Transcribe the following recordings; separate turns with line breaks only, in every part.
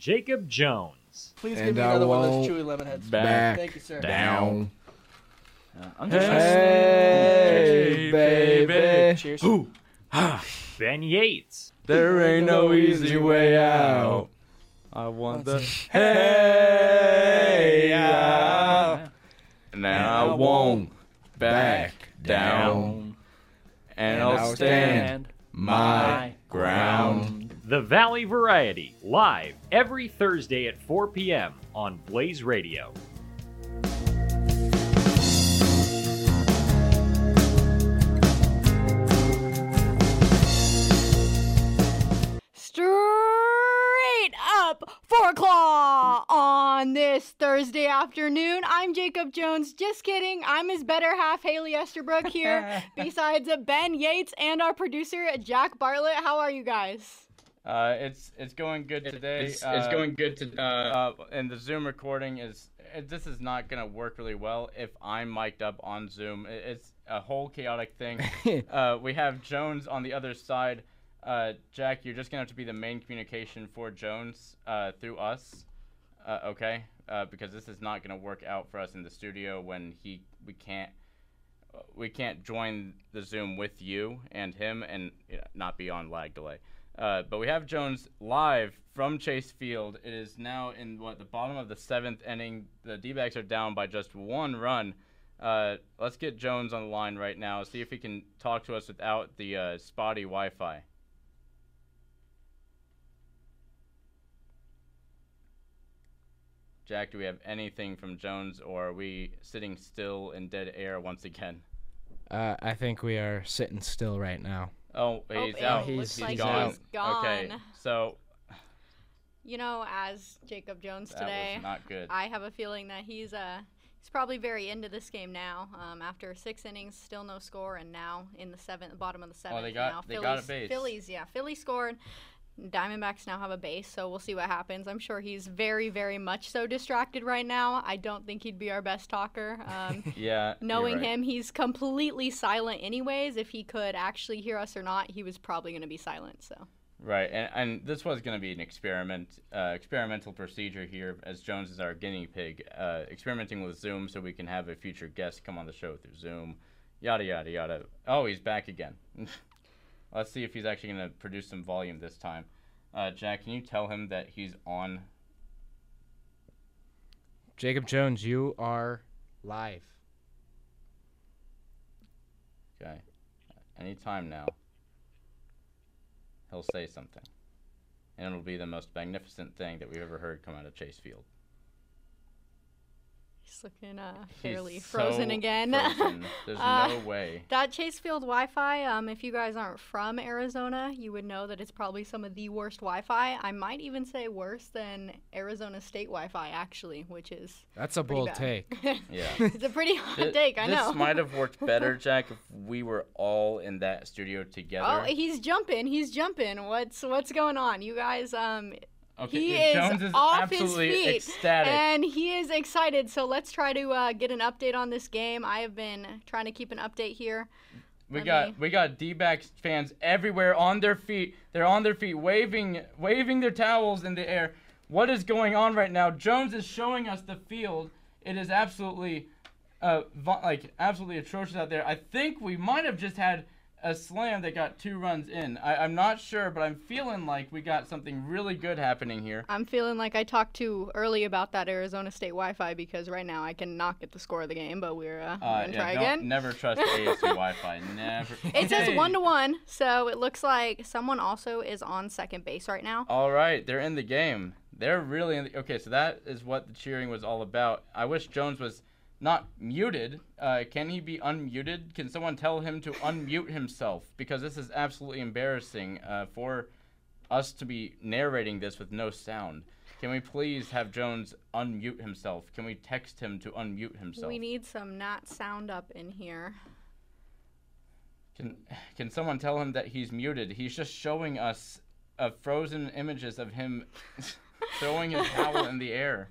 Jacob Jones.
Please
And
give me
I
another one of those
won't
chewy lemon heads.
back
Thank you, sir.
down.
Uh, I'm just trying to-
Hey,
Hey,
baby.
baby.
Cheers.
Ben Yates.
There ain't no easy way out. I want the hey out. And I won't back down. And I'll stand my ground.
The Valley Variety, live every Thursday at 4 p.m. on Blaze Radio.
Straight up four o'clock on this Thursday afternoon. I'm Jacob Jones. Just kidding. I'm his better half, Haley Esterbrook here. besides Ben Yates and our producer Jack Bartlett. How are you guys?
Uh, it's it's going good today.
It's,
uh,
it's going good to. Uh,
Uh, and the Zoom recording is uh, this is not gonna work really well if I'm mic'd up on Zoom. I- It's a whole chaotic thing. uh, we have Jones on the other side. Uh, Jack, you're just gonna have to be the main communication for Jones uh, through us, uh, okay? Uh, because this is not gonna work out for us in the studio when he we can't uh, we can't join the Zoom with you and him and you know, not be on lag delay. Uh, but we have Jones live from Chase Field. It is now in what the bottom of the seventh inning. The D-backs are down by just one run. Uh, let's get Jones on the line right now. See if he can talk to us without the uh, spotty Wi-Fi. Jack, do we have anything from Jones, or are we sitting still in dead air once again?
Uh, I think we are sitting still right now.
Oh, he's
ew,
out.
looks
he's
like he's
gone. Okay,
gone.
so
You know, as Jacob Jones
that
today,
was not good.
I have a feeling that he's uh he's probably very into this game now. Um, after six innings, still no score, and now in the seventh, bottom of the seventh.
got-
now
Oh, they
Phillies,
got a base.
Phillies, yeah, Phillies scored. Diamondbacks now have a base, so we'll see what happens. I'm sure he's very, very much so distracted right now. I don't think he'd be our best talker. Um,
yeah, you're
knowing
right.
him, he's completely silent anyways. If he could actually hear us or not, he was probably going to be silent. So
Right, and, and this was going to be an experiment, uh, experimental procedure here, as Jones is our guinea pig, uh, experimenting with Zoom so we can have a future guest come on the show through Zoom, yada yada yada. Oh, he's back again. Let's see if he's actually going to produce some volume this time. Uh, Jack, can you tell him that he's on?
Jacob Jones, you are live.
Okay, anytime now. He'll say something, and it'll be the most magnificent thing that we've ever heard come out of Chase Field.
he's looking uh,
He's
fairly
so
frozen again.
frozen. There's
Uh,
no way.
That Chase Field Wi-Fi, um, if you guys aren't from Arizona, you would know that it's probably some of the worst Wi-Fi. I might even say worse than Arizona State Wi-Fi, actually, which is
That's a
pretty
bold
bad.
take.
Yeah.
it's a pretty hot
Th-
take, I
this
know.
might have worked better, Jack, if we were all in that studio together.
Oh, he's jumping! He's jumping! What's what's going on, you guys? Um,
okay,
he
yeah,
is
Jones is
off his
absolutely
feet,
ecstatic.
And he is excited. So let's try to uh, get an update on this game. I have been trying to keep an update here.
we
let
got
me-
we got D-backs fans everywhere on their feet. They're on their feet, waving waving their towels in the air. What is going on right now? Jones is showing us the field. It is absolutely, uh, vo- like absolutely atrocious out there. I think we might have just had a slam that got two runs in. I, I'm not sure, but I'm feeling like we got something really good happening here.
I'm feeling like I talked too early about that Arizona State Wi-Fi because right now I cannot get the score of the game, but we're uh,
Uh,
gonna
yeah,
try
don't,
again.
Never trust ASU Wi-Fi. Never.
It says
Okay.
one to one, so it looks like someone also is on second base right now.
All right, they're in the game. They're really in the, okay. So that is what the cheering was all about. I wish Jones was not muted. Uh, can he be unmuted? Can someone tell him to unmute himself? Because this is absolutely embarrassing uh, for us to be narrating this with no sound. Can we please have Jones unmute himself? Can we text him to unmute himself?
We need some not sound up in here.
Can can someone tell him that he's muted? He's just showing us uh, frozen images of him throwing his towel in the air.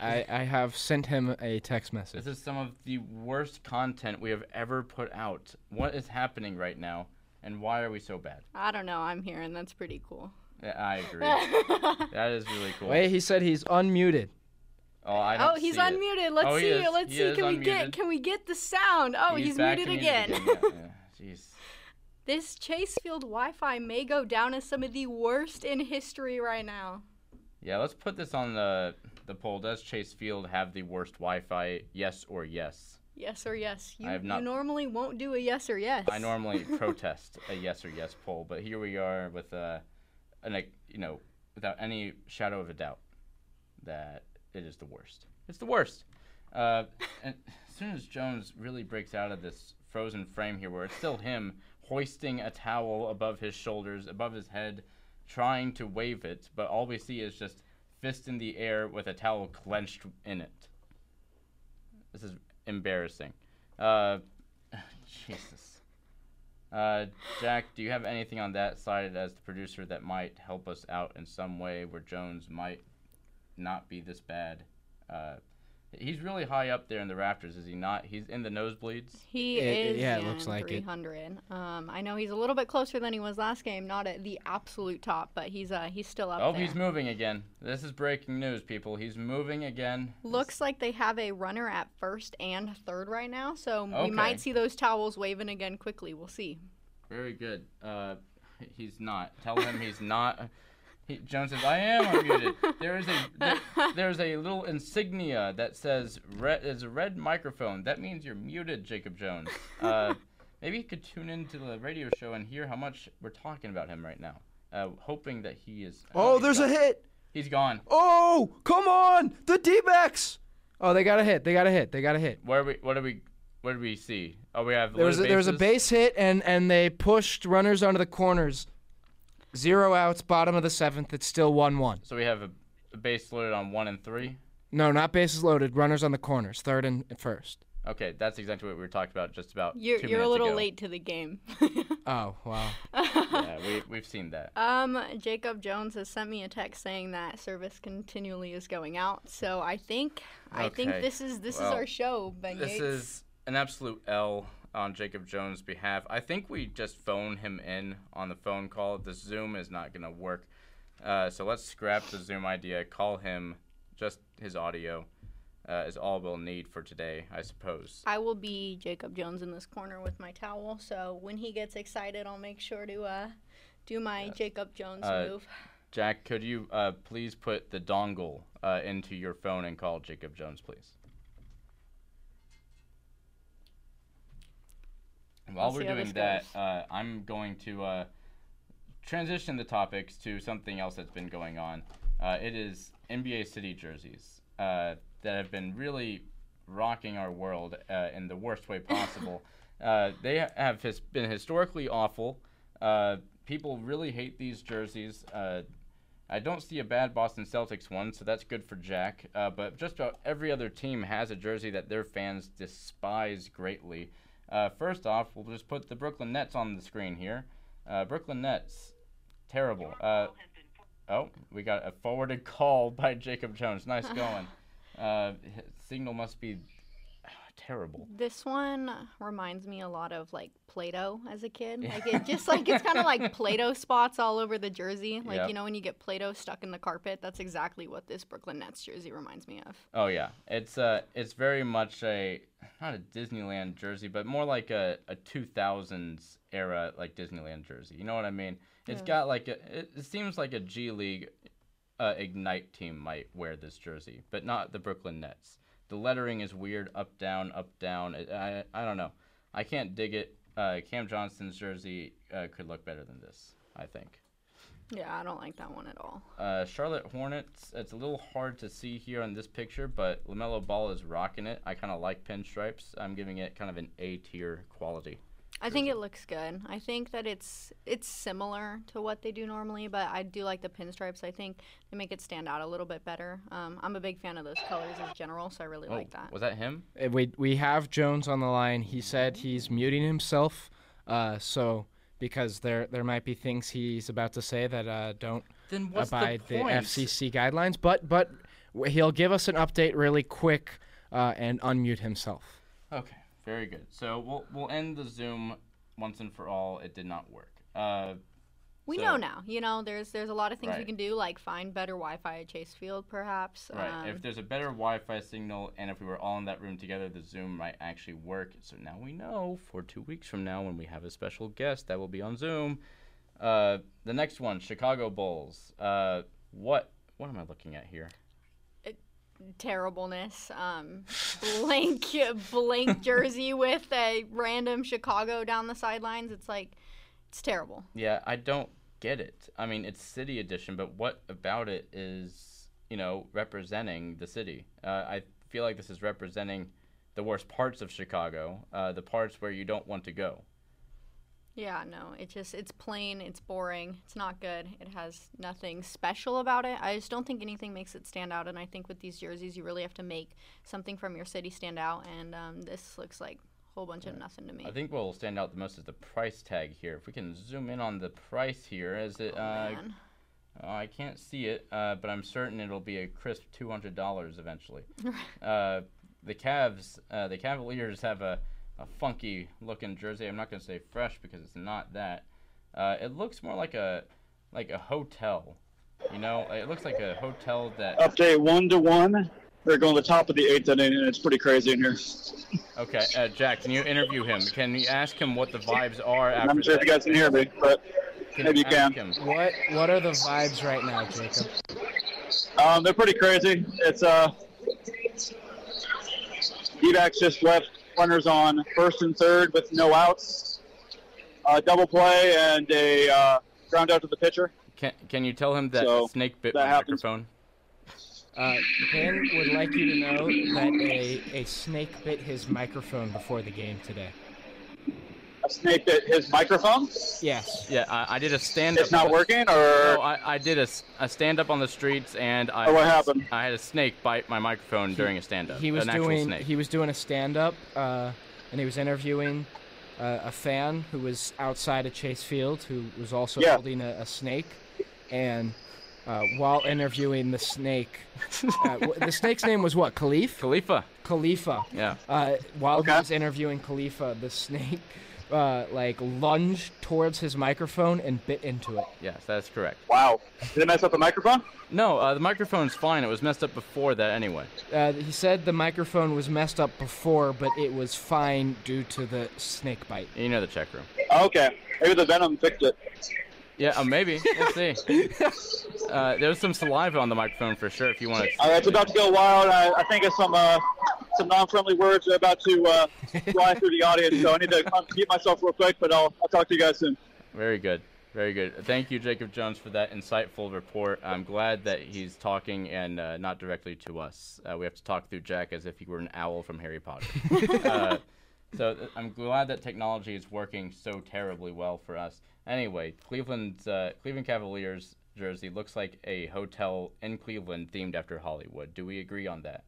I, I have sent him a text message.
This is some of the worst content we have ever put out. What is happening right now, and why are we so bad?
I don't know. I'm here, and that's pretty cool.
Yeah, I agree.
oh,
that is really cool.
Wait, he said he's unmuted.
Oh, I don't see
he's
it.
unmuted. Let's
Oh, he
see.
is.
Let's
He
see.
is
Can we
unmuted.
get can we get the sound? Oh, he's,
back
muted
and
again.
again. Yeah, yeah. Jeez.
this Chasefield Wi-Fi may go down as some of the worst in history right now.
Yeah, let's put this on the the poll. Does Chase Field have the worst Wi-Fi? Yes or yes.
Yes or yes. You,
I have not-
you normally won't do a yes or yes.
I normally protest a yes or yes poll, but here we are with a, an like, you know, without any shadow of a doubt, that it is the worst. It's the worst. Uh, and as soon as Jones really breaks out of this frozen frame here, where it's still him hoisting a towel above his shoulders, above his head, trying to wave it, but all we see is just fist in the air with a towel clenched in it. This is embarrassing. Uh, Jesus. Uh, Jack, do you have anything on that side as the producer that might help us out in some way where Jones might not be this bad? Uh, he's really high up there in the rafters, is he not? He's in the nosebleeds.
He
It-
is.
yeah, it looks
in
like it.
300. Um, I know he's a little bit closer than he was last game, not at the absolute top, but he's uh he's still up
Oh,
there.
he's moving again. This is breaking news, people. He's moving again.
Looks like they have a runner at first and third right now, so
Okay.
we might see those towels waving again quickly. We'll see.
Very good. Uh, he's not. Tell him he's not. He, Jones says, "I am unmuted." There is a there, there's a little insignia that says red is a red microphone. That means you're muted, Jacob Jones. Uh, maybe you could tune into the radio show and hear how much we're talking about him right now. Uh, hoping that he is.
Oh,
he's
there's a
gone.
hit.
He's gone.
Oh, come on, the D-backs. Oh, they got a hit. They got a hit. They got a hit.
Where are we? What do we? What do we see? Oh, we have.
There was a,
loaded
there was a
bases.
base hit, and and they pushed runners onto the corners. Zero outs, bottom of the seventh. It's still one-one.
So we have a, a base loaded on one and three.
No, not bases loaded. Runners on the corners, third and first.
Okay, that's exactly what we were talking about just about.
You're,
two
you're a
minutes
little
ago.
late to the game.
Oh wow.
yeah, we, we've seen that.
um, Jacob Jones has sent me a text saying that service continually is going out, so I think I
Okay.
think this is this
Well,
is our show, Ben
This
Yates.
is an absolute L on Jacob Jones' behalf. I think we just phone him in on the phone call. The Zoom is not going to work. Uh, so let's scrap the Zoom idea. Call him. Just his audio uh, is all we'll need for today, I suppose.
I will be Jacob Jones in this corner with my towel, so when he gets excited, I'll make sure to uh, do my Jacob Jones
Uh,
move.
Jack, could you uh, please put the dongle uh, into your phone and call Jacob Jones, please? And While
Let's see
we're
how
doing
this
that,
goes.
uh, I'm going to uh, transition the topics to something else that's been going on. Uh, it is NBA City jerseys uh, that have been really rocking our world uh, in the worst way possible. uh, they ha- have his- been historically awful. Uh, people really hate these jerseys. Uh, I don't see a bad Boston Celtics one, so that's good for Jack. Uh, but just about every other team has a jersey that their fans despise greatly. Uh, first off, we'll just put the Brooklyn Nets on the screen here. Uh, Brooklyn Nets, terrible. Uh, oh, we got a forwarded call by Jacob Jones. Nice going. uh, his signal must be uh, terrible.
This one reminds me a lot of like Play-Doh as a kid. Like it just like it's kind of like Play-Doh spots all over the jersey. Like
Yep.
you know when you get Play-Doh stuck in the carpet, that's exactly what this Brooklyn Nets jersey reminds me of.
Oh yeah, it's uh, it's very much a not a Disneyland jersey, but more like a, a 2000s era like Disneyland jersey. You know what I mean? It's
Yeah.
got like a it, it seems like a G League uh, Ignite team might wear this jersey, but not the Brooklyn Nets. The lettering is weird, up down, up down. It, I I don't know. I can't dig it. Uh, Cam Johnson's jersey uh, could look better than this, I think.
Yeah, I don't like that one at all.
Uh, Charlotte Hornets. It's a little hard to see here on this picture, but Lamelo Ball is rocking it. I kind of like pinstripes. I'm giving it kind of an A tier quality.
I think it looks good. I think that it's it's similar to what they do normally, but I do like the pinstripes. I think they make it stand out a little bit better. Um, I'm a big fan of those colors in general, so I really like that.
was that him?
Uh, We we have Jones on the line. He said he's muting himself. Uh, so because there there might be things he's about to say that uh, don't
Then what's the
abide the,
point?
FCC guidelines. But but w- he'll give us an update really quick uh, and unmute himself.
Okay, very good. So we'll we'll end the Zoom once and for all. It did not work. Uh,
we
So-
know now. You know, there's there's a lot of things we
Right.
can do, like find better Wi-Fi at Chase Field, perhaps.
Right.
Um,
if there's a better Wi-Fi signal, and if we were all in that room together, the Zoom might actually work. So now we know for two weeks from now, when we have a special guest that will be on Zoom. Uh, the next one, Chicago Bulls. Uh, what what am I looking at here?
terribleness. Um, blank blank jersey with a random Chicago down the sidelines. It's like it's terrible.
Yeah, I don't get it. I mean, it's City Edition, but what about it is you know representing the city? Uh, I feel like this is representing the worst parts of Chicago, uh, the parts where you don't want to go.
Yeah, no, it just it's plain, it's boring, it's not good. It has nothing special about it. I just don't think anything makes it stand out. And I think with these jerseys, you really have to make something from your city stand out. And um, this looks like a whole bunch of nothing to me.
I think what will stand out the most is the price tag here. If we can zoom in on the price here, is it? uh,
Man.
oh, I can't see it, uh, but I'm certain it'll be a crisp two hundred dollars eventually. uh, the Cavs, uh, the Cavaliers have a, a funky looking jersey. I'm not gonna say fresh because it's not that. Uh, it looks more like a like a hotel. You know, it looks like a hotel that
Update one to one. They're going to the top of the eighth inning, and it's pretty crazy in here.
Okay, uh, Jack, can you interview him? Can you ask him what the vibes are after
I'm not sure if
that?
you guys can hear me, but maybe you
ask
can.
him?
What What are the vibes right now, Jacob?
Um, they're pretty crazy. It's uh, Evax just left runners on first and third with no outs, uh, double play, and a uh, ground out to the pitcher.
Can, can you tell him that
So,
snake bit
that
my
happens.
microphone?
Uh, ben would like you to know that a, a snake bit his microphone before the game today.
A snake bit his microphone.
Yes.
Yeah, I, I did a stand up.
It's not working, or
No, I, I did a, stand up on the streets and I,
Oh, what happened?
I had a snake bite my microphone during a stand up.
He was
an actual
doing
snake.
he was doing a stand up, uh, and he was interviewing uh, a fan who was outside of Chase Field who was also
Yeah.
holding a, a snake, and uh, while interviewing the snake, uh, w- the snake's name was what? Khalif.
Khalifa.
Khalifa.
Yeah.
Uh, while he
Okay.
was interviewing Khalifa, the snake uh, like lunged towards his microphone and bit into it.
Yes, that's correct.
wow, did it mess up the microphone?
No, uh, the microphone's fine. It was messed up before that anyway.
Uh, he said the microphone was messed up before, but it was fine due to the snake bite.
You know the check room.
Okay, maybe the venom fixed it.
Yeah, uh, maybe. We'll see. Uh, there was some saliva on the microphone for sure if you want to.
All right, it's about to go wild. I, I think it's some uh, some non-friendly words are about to uh, fly through the audience, so I need to unmute myself real quick. But I'll, I'll talk to you guys soon.
Very good. Very good. Thank you, Jacob Jones, for that insightful report. I'm glad that he's talking and uh, not directly to us. Uh, we have to talk through Jack as if he were an owl from Harry Potter. uh, so th- I'm glad that technology is working so terribly well for us. Anyway, Cleveland's uh, Cleveland Cavaliers jersey looks like a hotel in Cleveland themed after Hollywood. Do we agree on that?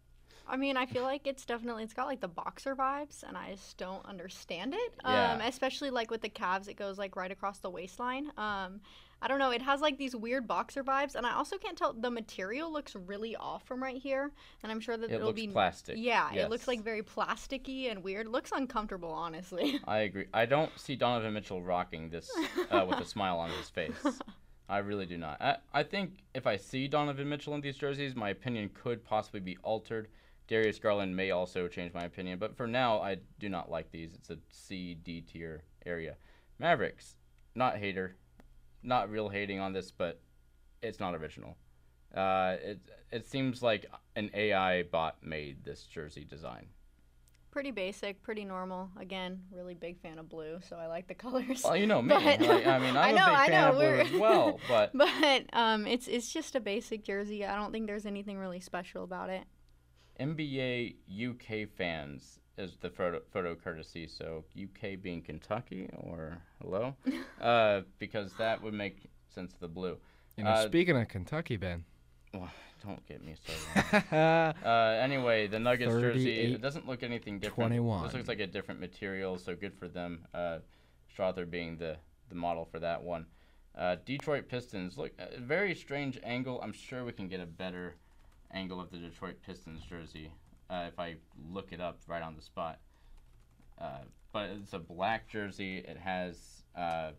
I mean, I feel like it's definitely it's got like the boxer vibes, and I just don't understand it.
Yeah.
Um, especially like with the calves, it goes like right across the waistline. Um, I don't know. It has like these weird boxer vibes, and I also can't tell. The material looks really off from right here, and I'm sure that
It
will
looks
be
plastic.
Yeah, it looks
Yes.
like very plasticky and weird. Looks uncomfortable, honestly.
I agree. I don't see Donovan Mitchell rocking this uh, with a smile on his face. I really do not. I, I think if I see Donovan Mitchell in these jerseys, my opinion could possibly be altered. Darius Garland may also change my opinion, but for now, I do not like these. It's a C, D tier area. Mavericks, not hater, not real hating on this, but it's not original. Uh, it it seems like an AI bot made this jersey design.
pretty basic, pretty normal. Again, really big fan of blue, so I like the colors.
Well, you know me.
But-
like, I mean, I'm
I know,
a big
I
fan
know,
of blue
we're-
as well, but
But um, it's it's just a basic jersey. I don't think there's anything really special about it.
NBA UK fans is the photo, photo courtesy. So UK being Kentucky or hello, uh, because that would make sense of the blue.
You know,
Uh,
speaking of Kentucky, Ben.
Well, don't get me started. uh, anyway, the Nuggets jersey it
38,
doesn't look anything different. This
21.
looks like a different material, so good for them. Uh, Strother being the the model for that one. Uh, Detroit Pistons look a very strange angle. I'm sure we can get a better angle of the Detroit Pistons jersey uh, if I look it up right on the spot. Uh, but it's a black jersey. It has uh,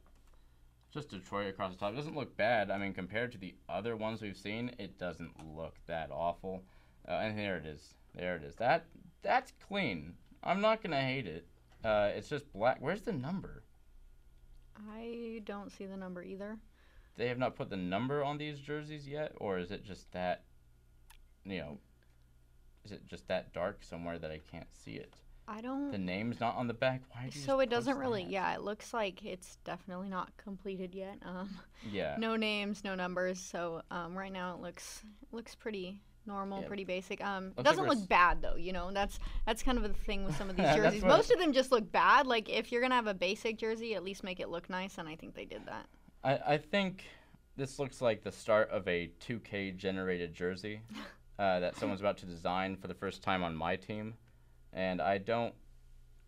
just Detroit across the top. It doesn't look bad. I mean, compared to the other ones we've seen, it doesn't look that awful. Uh, and there it is. There it is. That that's clean. I'm not gonna hate it. Uh, it's just black. Where's the number?
I don't see the number either.
They have not put the number on these jerseys yet, or is it just that? You know, is it just that dark somewhere that I can't see it?
I
The
don't.
name's not on the back. Why? did you
So
just
it doesn't
post
really.
that?
Yeah, it looks like it's definitely not completed yet. Um,
Yeah.
no names, no numbers. So um, right now it looks looks pretty normal,
Yeah.
pretty basic. Um,
like
doesn't
we're
look
s-
bad though. You know, that's that's kind of the thing with some of these
That's
jerseys.
what-
Most of them just look bad. Like if you're gonna have a basic jersey, at least make it look nice. And I think they did that.
I, I think this looks like the start of a 2K generated jersey uh, that someone's about to design for the first time on my team. And I don't,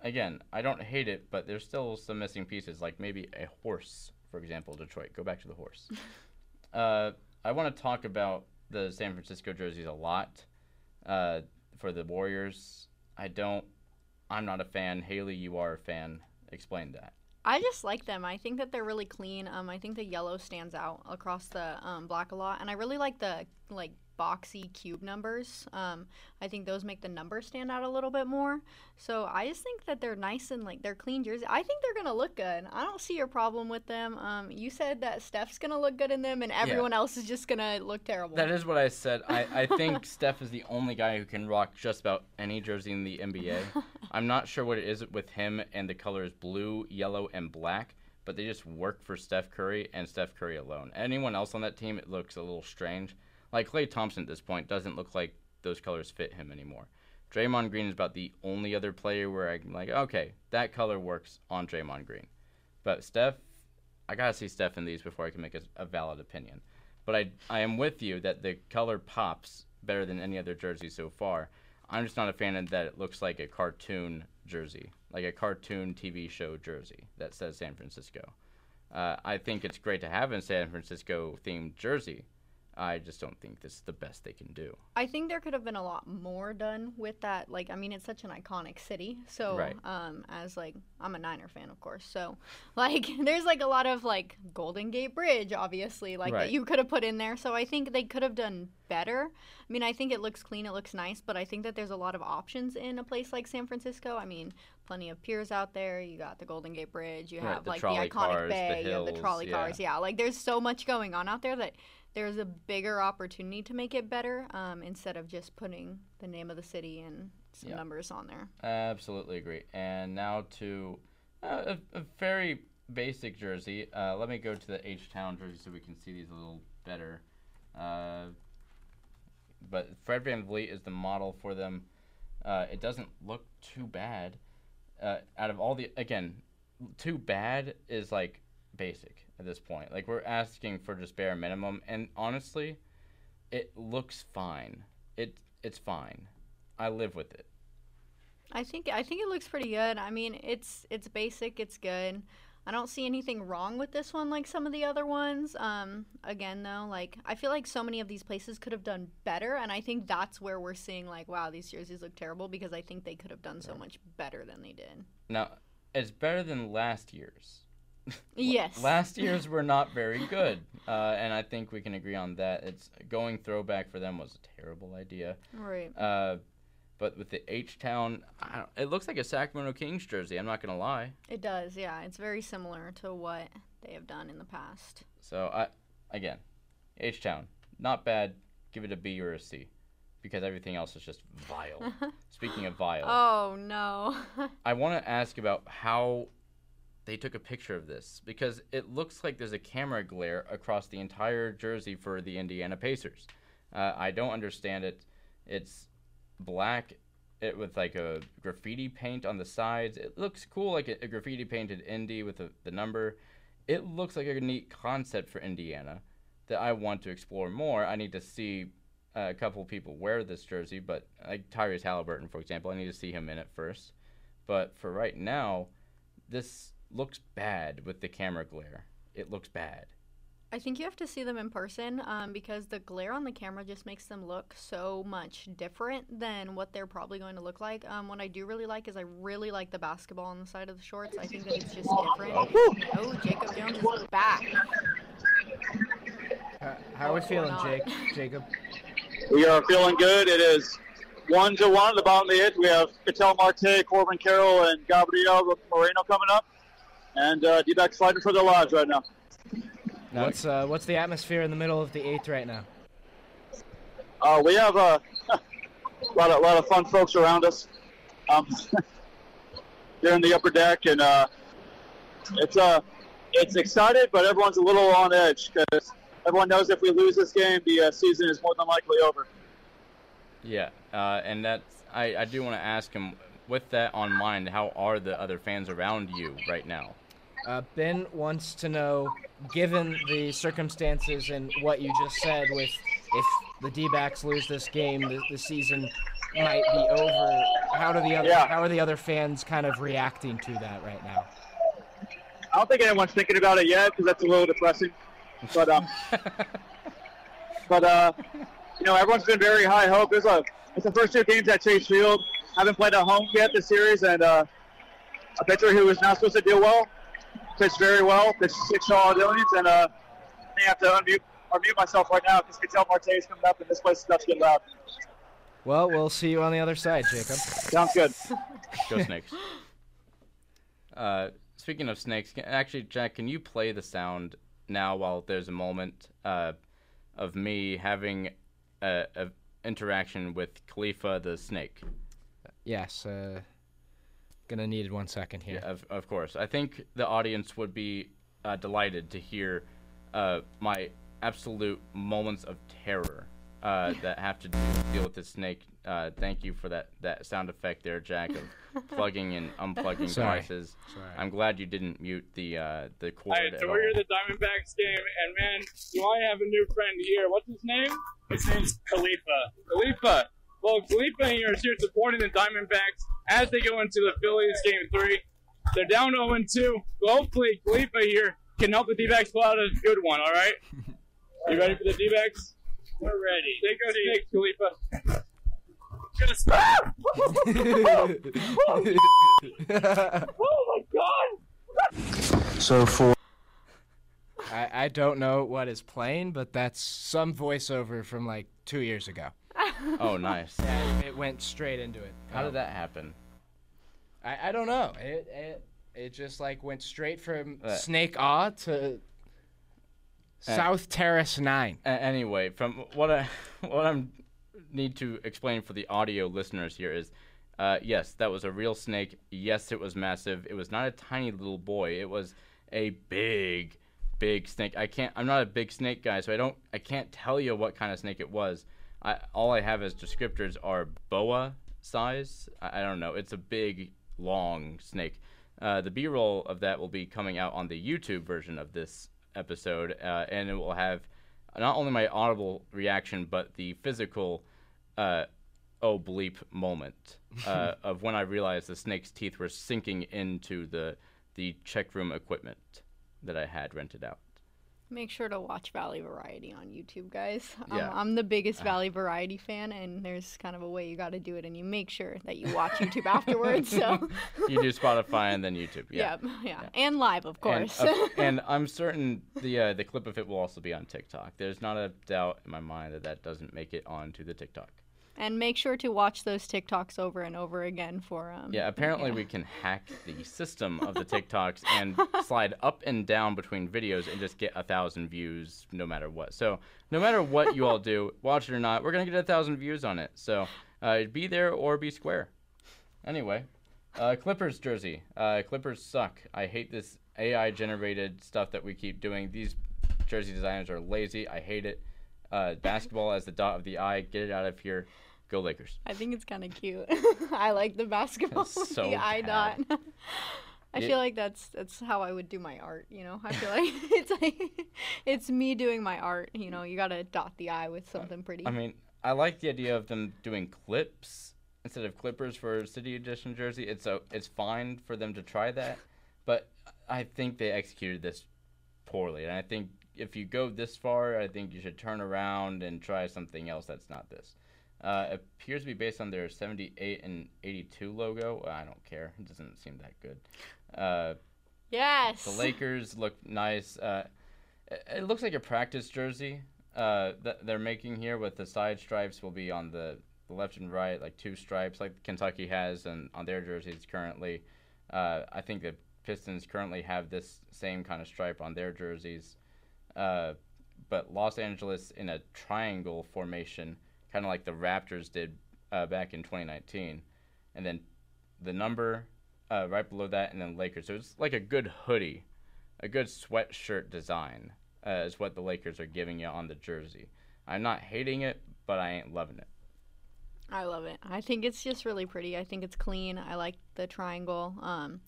again, I don't hate it, but there's still some missing pieces, like maybe a horse, for example, Detroit. Go back to the horse. uh, I want to talk about the San Francisco jerseys a lot. Uh, for the Warriors, I don't, I'm not a fan. Haley, you are a fan. Explain that.
I just like them. I think that they're really clean. Um, I think the yellow stands out across the um, black a lot, and I really like the like boxy cube numbers. Um, I think those make the number stand out a little bit more. So I just think that they're nice and like they're clean jerseys. I think they're gonna look good. I don't see a problem with them. Um, you said that Steph's gonna look good in them, and everyone else is just gonna look terrible.
That is what I said. I, I think Steph is the only guy who can rock just about any jersey in the NBA. I'm not sure what it is with him and the colors blue, yellow, and black, but they just work for Steph Curry and Steph Curry alone. Anyone else on that team, it looks a little strange. Like Clay Thompson at this point doesn't look like those colors fit him anymore. Draymond Green is about the only other player where I'm like, okay, that color works on Draymond Green. But Steph, I gotta see Steph in these before I can make a, a valid opinion. But I, I am with you that the color pops better than any other jersey so far. I'm just not a fan of that it looks like a cartoon jersey, like a cartoon TV show jersey that says San Francisco. Uh, I think it's great to have a San Francisco themed jersey. I just don't think this is the best they can do.
I think there could have been a lot more done with that. Like, I mean, it's such an iconic city. So,
Right.
um, as like, I'm a Niner fan, of course. So, like, there's like a lot of like Golden Gate Bridge, obviously, like
Right.
that you could have put in there. So, I think they could have done better. I mean, I think it looks clean, it looks nice, but I think that there's a lot of options in a place like San Francisco. I mean, plenty of piers out there. You got the Golden Gate Bridge. You
Right,
have
the
like the
trolley
iconic
cars, the
bay. you have
hills,
the trolley
yeah.
cars. Yeah, like there's so much going on out there that there's a bigger opportunity to make it better um, instead of just putting the name of the city and some
Yeah.
numbers on there.
Absolutely agree. And now to uh, a, a very basic jersey. Uh, let me go to the H Town jersey so we can see these a little better. Uh, but Fred Van Vliet is the model for them. Uh, it doesn't look too bad. Uh, out of all the, again, too bad is like basic at this point. Like we're asking for just bare minimum. And honestly, it looks fine. It It's fine. I live with it.
I think I think it looks pretty good. I mean, it's it's basic, it's good. I don't see anything wrong with this one like some of the other ones. Um, again though, like I feel like so many of these places could have done better, and I think that's where we're seeing like, wow, these jerseys look terrible because I think they could have done so much better than they did.
Now, it's better than last year's.
Yes.
Last year's were not very good, uh, and I think we can agree on that. It's going throwback for them was a terrible idea.
right.
Uh, but with the H Town, it looks like a Sacramento Kings jersey. I'm not gonna lie.
It does, yeah. It's very similar to what they have done in the past.
So I, again, H Town, not bad. Give it a B or a C, because everything else is just vile. Speaking of vile,
Oh no.
I want to ask about how they took a picture of this because it looks like there's a camera glare across the entire jersey for the Indiana Pacers. Uh, I don't understand it. It's black it with like a graffiti paint on the sides. It looks cool, like a, a graffiti painted Indy with the the number. It looks like a neat concept for Indiana that I want to explore more. I need to see uh, a couple people wear this jersey, but like Tyrese Halliburton, for example, I need to see him in it first. But for right now, this looks bad with the camera glare. It looks bad.
I think you have to see them in person um, because the glare on the camera just makes them look so much different than what they're probably going to look like. Um, what I do really like is I really like the basketball on the side of the shorts. I think that it's just different. Oh, Jacob Jones is back.
How, how are we
What's going
feeling,
on?
Jake? Jacob?
We are feeling good. It is one to one at the bottom of the eighth. We have Cattell Marte, Corbin Carroll, and Gabriel Moreno coming up. And uh, D-back sliding for their lives right now.
What's uh, what's the atmosphere in the middle of the eighth right now?
Uh, we have a lot of lot of fun folks around us. Um, they're in the upper deck, and uh, it's uh, it's excited, but everyone's a little on edge because everyone knows if we lose this game, the uh, season is more than likely over.
Yeah, uh, and that's I, I do want to ask him with that on mind. How are the other fans around you right now?
Uh, ben wants to know, given the circumstances and what you just said, with if the D-backs lose this game, the, the season might be over. How do the other
Yeah.
How are the other fans kind of reacting to that right now?
I don't think anyone's thinking about it yet because that's a little depressing. But um, but uh, you know, everyone's been very high hope. It's a it's the first two games at Chase Field. Haven't played at home yet this series, and uh, a pitcher who was not supposed to do well pitched very well. Pitched six all innings, and uh, I think I have to unmute or mute myself right now because Cattell Marte is coming up, and this place is about to get loud.
Well, we'll see you on the other side, Jacob.
Sounds good.
Go snakes. Uh, speaking of snakes, can, actually, Jack, can you play the sound now while there's a moment uh, of me having a, a interaction with Khalifa the snake?
Yes. Uh, gonna need one second here.
Of, of course. I think the audience would be uh, delighted to hear uh, my absolute moments of terror uh, that have to do, deal with the snake. Uh, thank you for that, that sound effect there, Jack, of plugging and unplugging
Sorry.
devices.
Sorry.
I'm glad you didn't mute the uh, the cord.
I
at
adore
all.
the Diamondbacks game, and man, do I have a new friend here? What's his name? His name's Khalifa. Khalifa. Well, Khalifa and you are here supporting the Diamondbacks as they go into the Phillies game three. They're down 0 2. Well, hopefully, Khalifa here can help the D backs pull out a good one, all right? You ready for the D backs? We're ready. Take us, Nick, Khalifa. Ah! Just, oh my god!
I, I don't know what is playing, but that's some voiceover from like two years ago.
Oh, nice.
It went straight into it.
How did that happen?
I, I don't know. It, it it just like went straight from
Uh,
Snake Awe to South Terrace Nine.
A- anyway, from what I what I'm need to explain for the audio listeners here is, uh, yes, that was a real snake. Yes, it was massive. It was not a tiny little boy. It was a big, big snake. I can't. I'm not a big snake guy, so I don't. I can't tell you what kind of snake it was. I all I have as descriptors are boa size. I, I don't know. It's a big, long snake. Uh, the B-roll of that will be coming out on the YouTube version of this episode, uh, and it will have not only my audible reaction but the physical uh, oh bleep moment uh, of when I realized the snake's teeth were sinking into the the check room equipment that I had rented out.
Make sure to watch Valley Variety on YouTube, guys. Um,
Yeah. Ah.
I'm the biggest Valley Variety fan, and there's kind of a way you got to do it, and you make sure that you watch YouTube afterwards. So,
You do Spotify and then YouTube. Yeah.
yep, yeah. and live, of
And, uh,
course.
of- and I'm certain the uh, the clip of it will also be on TikTok. There's not a doubt in my mind that that doesn't make it onto the TikTok.
And make sure to watch those TikToks over and over again for um.
Yeah, apparently we can hack the system of the TikToks and slide up and down between videos and just get a thousand views no matter what. So no matter what you all do, watch it or not, we're gonna get a thousand views on it. So uh, be there or be square. Anyway, uh, Clippers jersey. Uh, Clippers suck. I hate this AI generated stuff that we keep doing. These jersey designers are lazy. I hate it. Uh, basketball as the dot of the eye. Get it out of here. Go Lakers.
I think it's kind of cute. I like the basketball
That's
with
so
the eye dot.
bad.
I
It-
feel like that's that's how I would do my art. You know, I feel like it's like it's me doing my art. You know, you gotta dot the eye with something pretty.
Uh, I mean, I like the idea of them doing clips instead of clippers for City Edition jersey. It's a, it's fine for them to try that, but I think they executed this poorly, and I think if you go this far, I think you should turn around and try something else that's not this. Uh, appears to be based on their 78 and 82 logo. I don't care. It doesn't seem that good. Uh,
Yes.
the Lakers look nice. Uh, it- it looks like a practice jersey uh, that they're making here with the side stripes will be on the, the left and right, like two stripes, like Kentucky has and on their jerseys currently. Uh, I think the Pistons currently have this same kind of stripe on their jerseys. Uh, but Los Angeles in a triangle formation, kind of like the Raptors did uh, back in 2019. And then the number uh, right below that, and then Lakers. So it's like a good hoodie, a good sweatshirt design uh, is what the Lakers are giving you on the jersey. I'm not hating it, but I ain't loving it.
I love it. I think it's just really pretty. I think it's clean. I like the triangle. Um,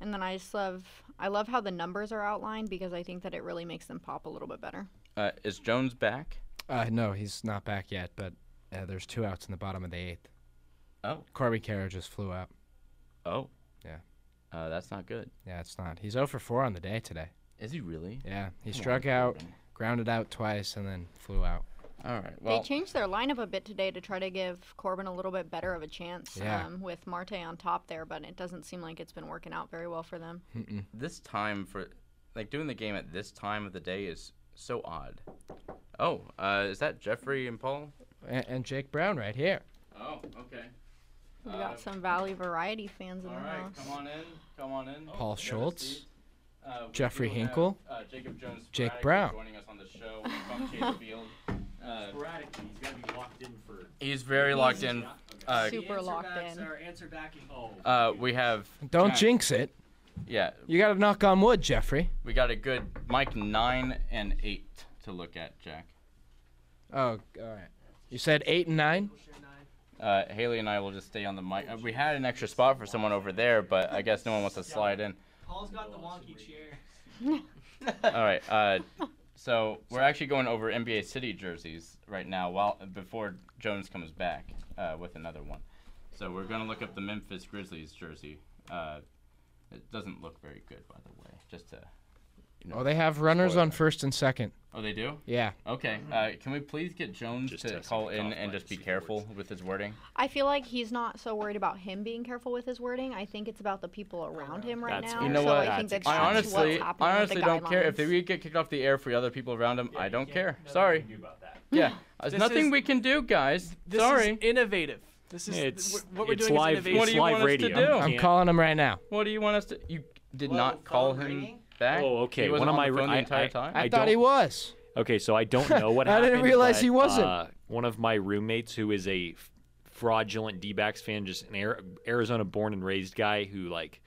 and then I just love I love how the numbers are outlined because I think that it really makes them pop a little bit better.
Uh, is Jones back?
Uh, no, he's not back yet, but uh, there's two outs in the bottom of the eighth.
Oh,
Corby Carroll just flew out.
oh,
Yeah.
Uh, that's not good.
Yeah, it's not. He's 0 for 4 on the day today.
Is he really?
Yeah, he
Come on,
struck out,
Corbin.
grounded out twice, and then flew out.
All right. Well,
they changed their lineup a bit today to try to give Corbin a little bit better of a chance
Yeah.
um, with Marte on top there, but it doesn't seem like it's been working out very well for them.
this time for like doing the game at this time of the day is so odd. Oh, uh, is that Jeffrey and Paul?
And, and Jake Brown right here.
Oh, okay.
We
Uh,
got some Valley Variety fans in
All
the
right,
house.
come on in. Come on in.
Paul
There's
Schultz,
Steve. Uh, we
Jeffrey
do have,
Hinkle,
uh, Jacob Jones
Jake
Sporadically
Brown.
joining us on the show from Chase Field. Uh,
Sporadically, he's got to be locked in for.
he's very locked in. Uh,
Super
The answer
locked
backs
in.
Are answer backing. Oh.
uh, we have
Don't
Jack-
jinx it.
Yeah,
You got to knock on wood, Jeffrey.
we got a good Mike nine and eight to look at, Jack.
Oh, all right. You said 8 and 9?
Uh, Haley and I will just stay on the mic. Uh, we had an extra spot for someone over there, but I guess no one wants to slide in.
Paul's got the wonky chair.
All right. Uh, so we're actually going over NBA City jerseys right now, while before Jones comes back uh, with another one. So we're gonna look up the Memphis Grizzlies jersey. Uh, it doesn't look very good, by the way. Just to
Oh, they have runners on first and second.
oh, they do.
Yeah.
Okay. Uh, can we please get Jones
Just
to
testing
call
the
in
top
and
line
just
to
be
see if it works.
careful with his wording?
I feel like he's not so worried about him being careful with his wording. I think it's about the people around him right
That's
now.
fair.
You know
so
what?
I think
That's
that's
I
Jones,
just what's
honestly, I
happening with
honestly
the
don't care if
guidelines.
they we get kicked off the air for other people around them. I don't care. Sorry. Yeah. There's
This
nothing
is-
we can do, guys.
This
Sorry.
is innovative. This is
It's
what we're
it's
doing
live.
is innovative.
What
It's
do you
live
want us to
radio.
do?
You
I'm
can't-
calling him right now.
What do you want us to? You did
Hello,
not call
phone
him
ringing?
back.
Oh, okay.
He
One
wasn't
of
on
my
the phone
I-
the entire
I-
time.
I, thought he was.
Okay, so I don't know what
I
happened.
didn't realize
but,
he wasn't.
Uh, one of my roommates, who is a f- fraudulent D-backs fan, just an Ar- Arizona-born and raised guy who like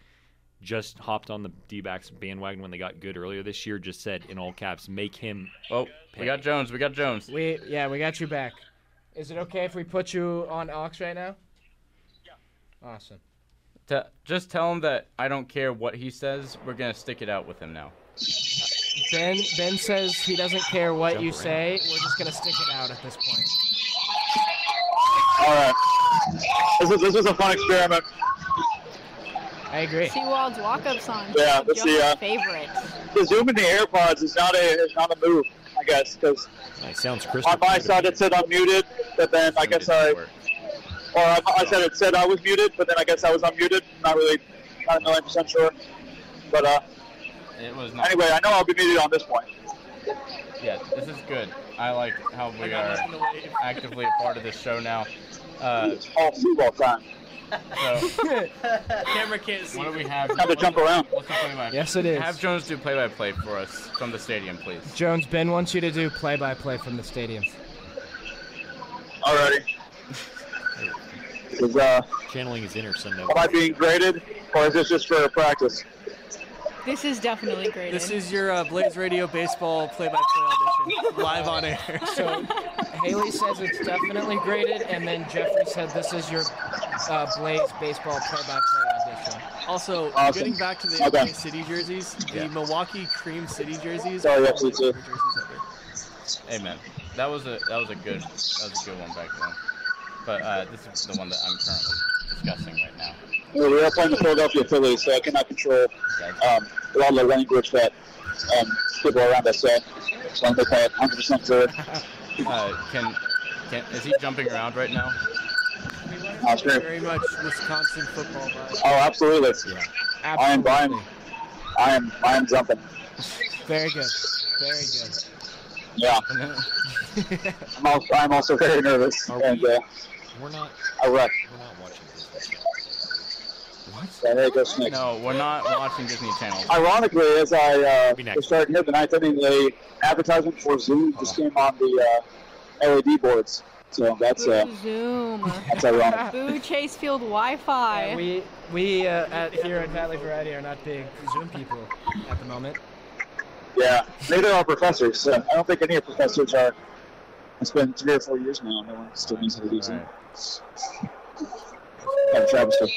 just hopped on the D-backs bandwagon when they got good earlier this year, just said in all caps, "Make him."
oh, we got Jones. We got Jones.
We yeah, we got you back. Is it okay if we put you on aux right now? Yeah. Awesome.
T- just tell him that I don't care what he says. We're gonna stick it out with him now.
Ben Ben says he doesn't care what you
Jump
say. We're just gonna stick it out at this point.
All right. This was, this was a fun experiment.
I agree.
Seawald's walk-up song.
Yeah,
Jacob
that's the,
Jones'
uh,
favorite.
The Zoom in the AirPods is not a is not a move, I guess, because
It sounds crystal.
on
clear
my
to
side
me.
it said unmuted, but then I guess I or I, I said it said I was muted, but then I guess I was unmuted. Not really, not a million percent sure. But uh,
It was not.
anyway, I know I'll be muted on this point.
Yeah, this is good. I like how we are actively a part of this show now. Uh,
It's all football time.
so
Camera can't see.
what do we have?
Time to jump around.
What's the play-by-
Yes, it is.
Have Jones do play-by-play for us from the stadium, please.
Jones, Ben wants you to do play-by-play from the stadium.
Alrighty. Is uh,
channeling his inner son.
am I being graded, or is this just for practice?
This is definitely great.
This is your uh, Blaze Radio baseball play-by-play audition, live on air.
So Haley says it's definitely graded, and then Jeffrey said this is your uh, Blaze baseball play-by-play audition.
Also,
Awesome.
getting back to the
Okay.
NBA City jerseys, the Milwaukee Cream City jerseys.
Oh,
are
yeah,
probably
me too.
my favorite jerseys ever.
Amen. That was a that was a good that was a good one back then. But uh, this is the one that I'm currently discussing right now.
Yeah, we are playing the Philadelphia Phillies, so I cannot control
That's-
um, a lot of the language that um, people around us. So as long as they play it 100% through,
Uh, can, can is he jumping around right now?
I'll scream.
Very much Wisconsin football vibe.
Oh, absolutely. I am buying.
Absolutely.
I am. I am jumping.
Very good. Very good.
Yeah. I'm also, I'm also very nervous and uh,
We're not.
a wreck.
We're not watching this.
So there goes Nick.
No, we're not watching Disney Channel.
Ironically, as I uh,
Be next.
was starting here tonight, I mean, the advertisement for Zoom just came on the uh, LED boards. So that's uh,
Boo Zoom.
that's ironic.
Boo Chasefield Wi-Fi.
Yeah, we we uh, at here at Valley Variety are not big Zoom people at the moment.
Yeah, neither are professors. So I don't think any of professors are. It's been three or four years now, and no one still knows how to do Zoom.
Right.
Kind of travesty.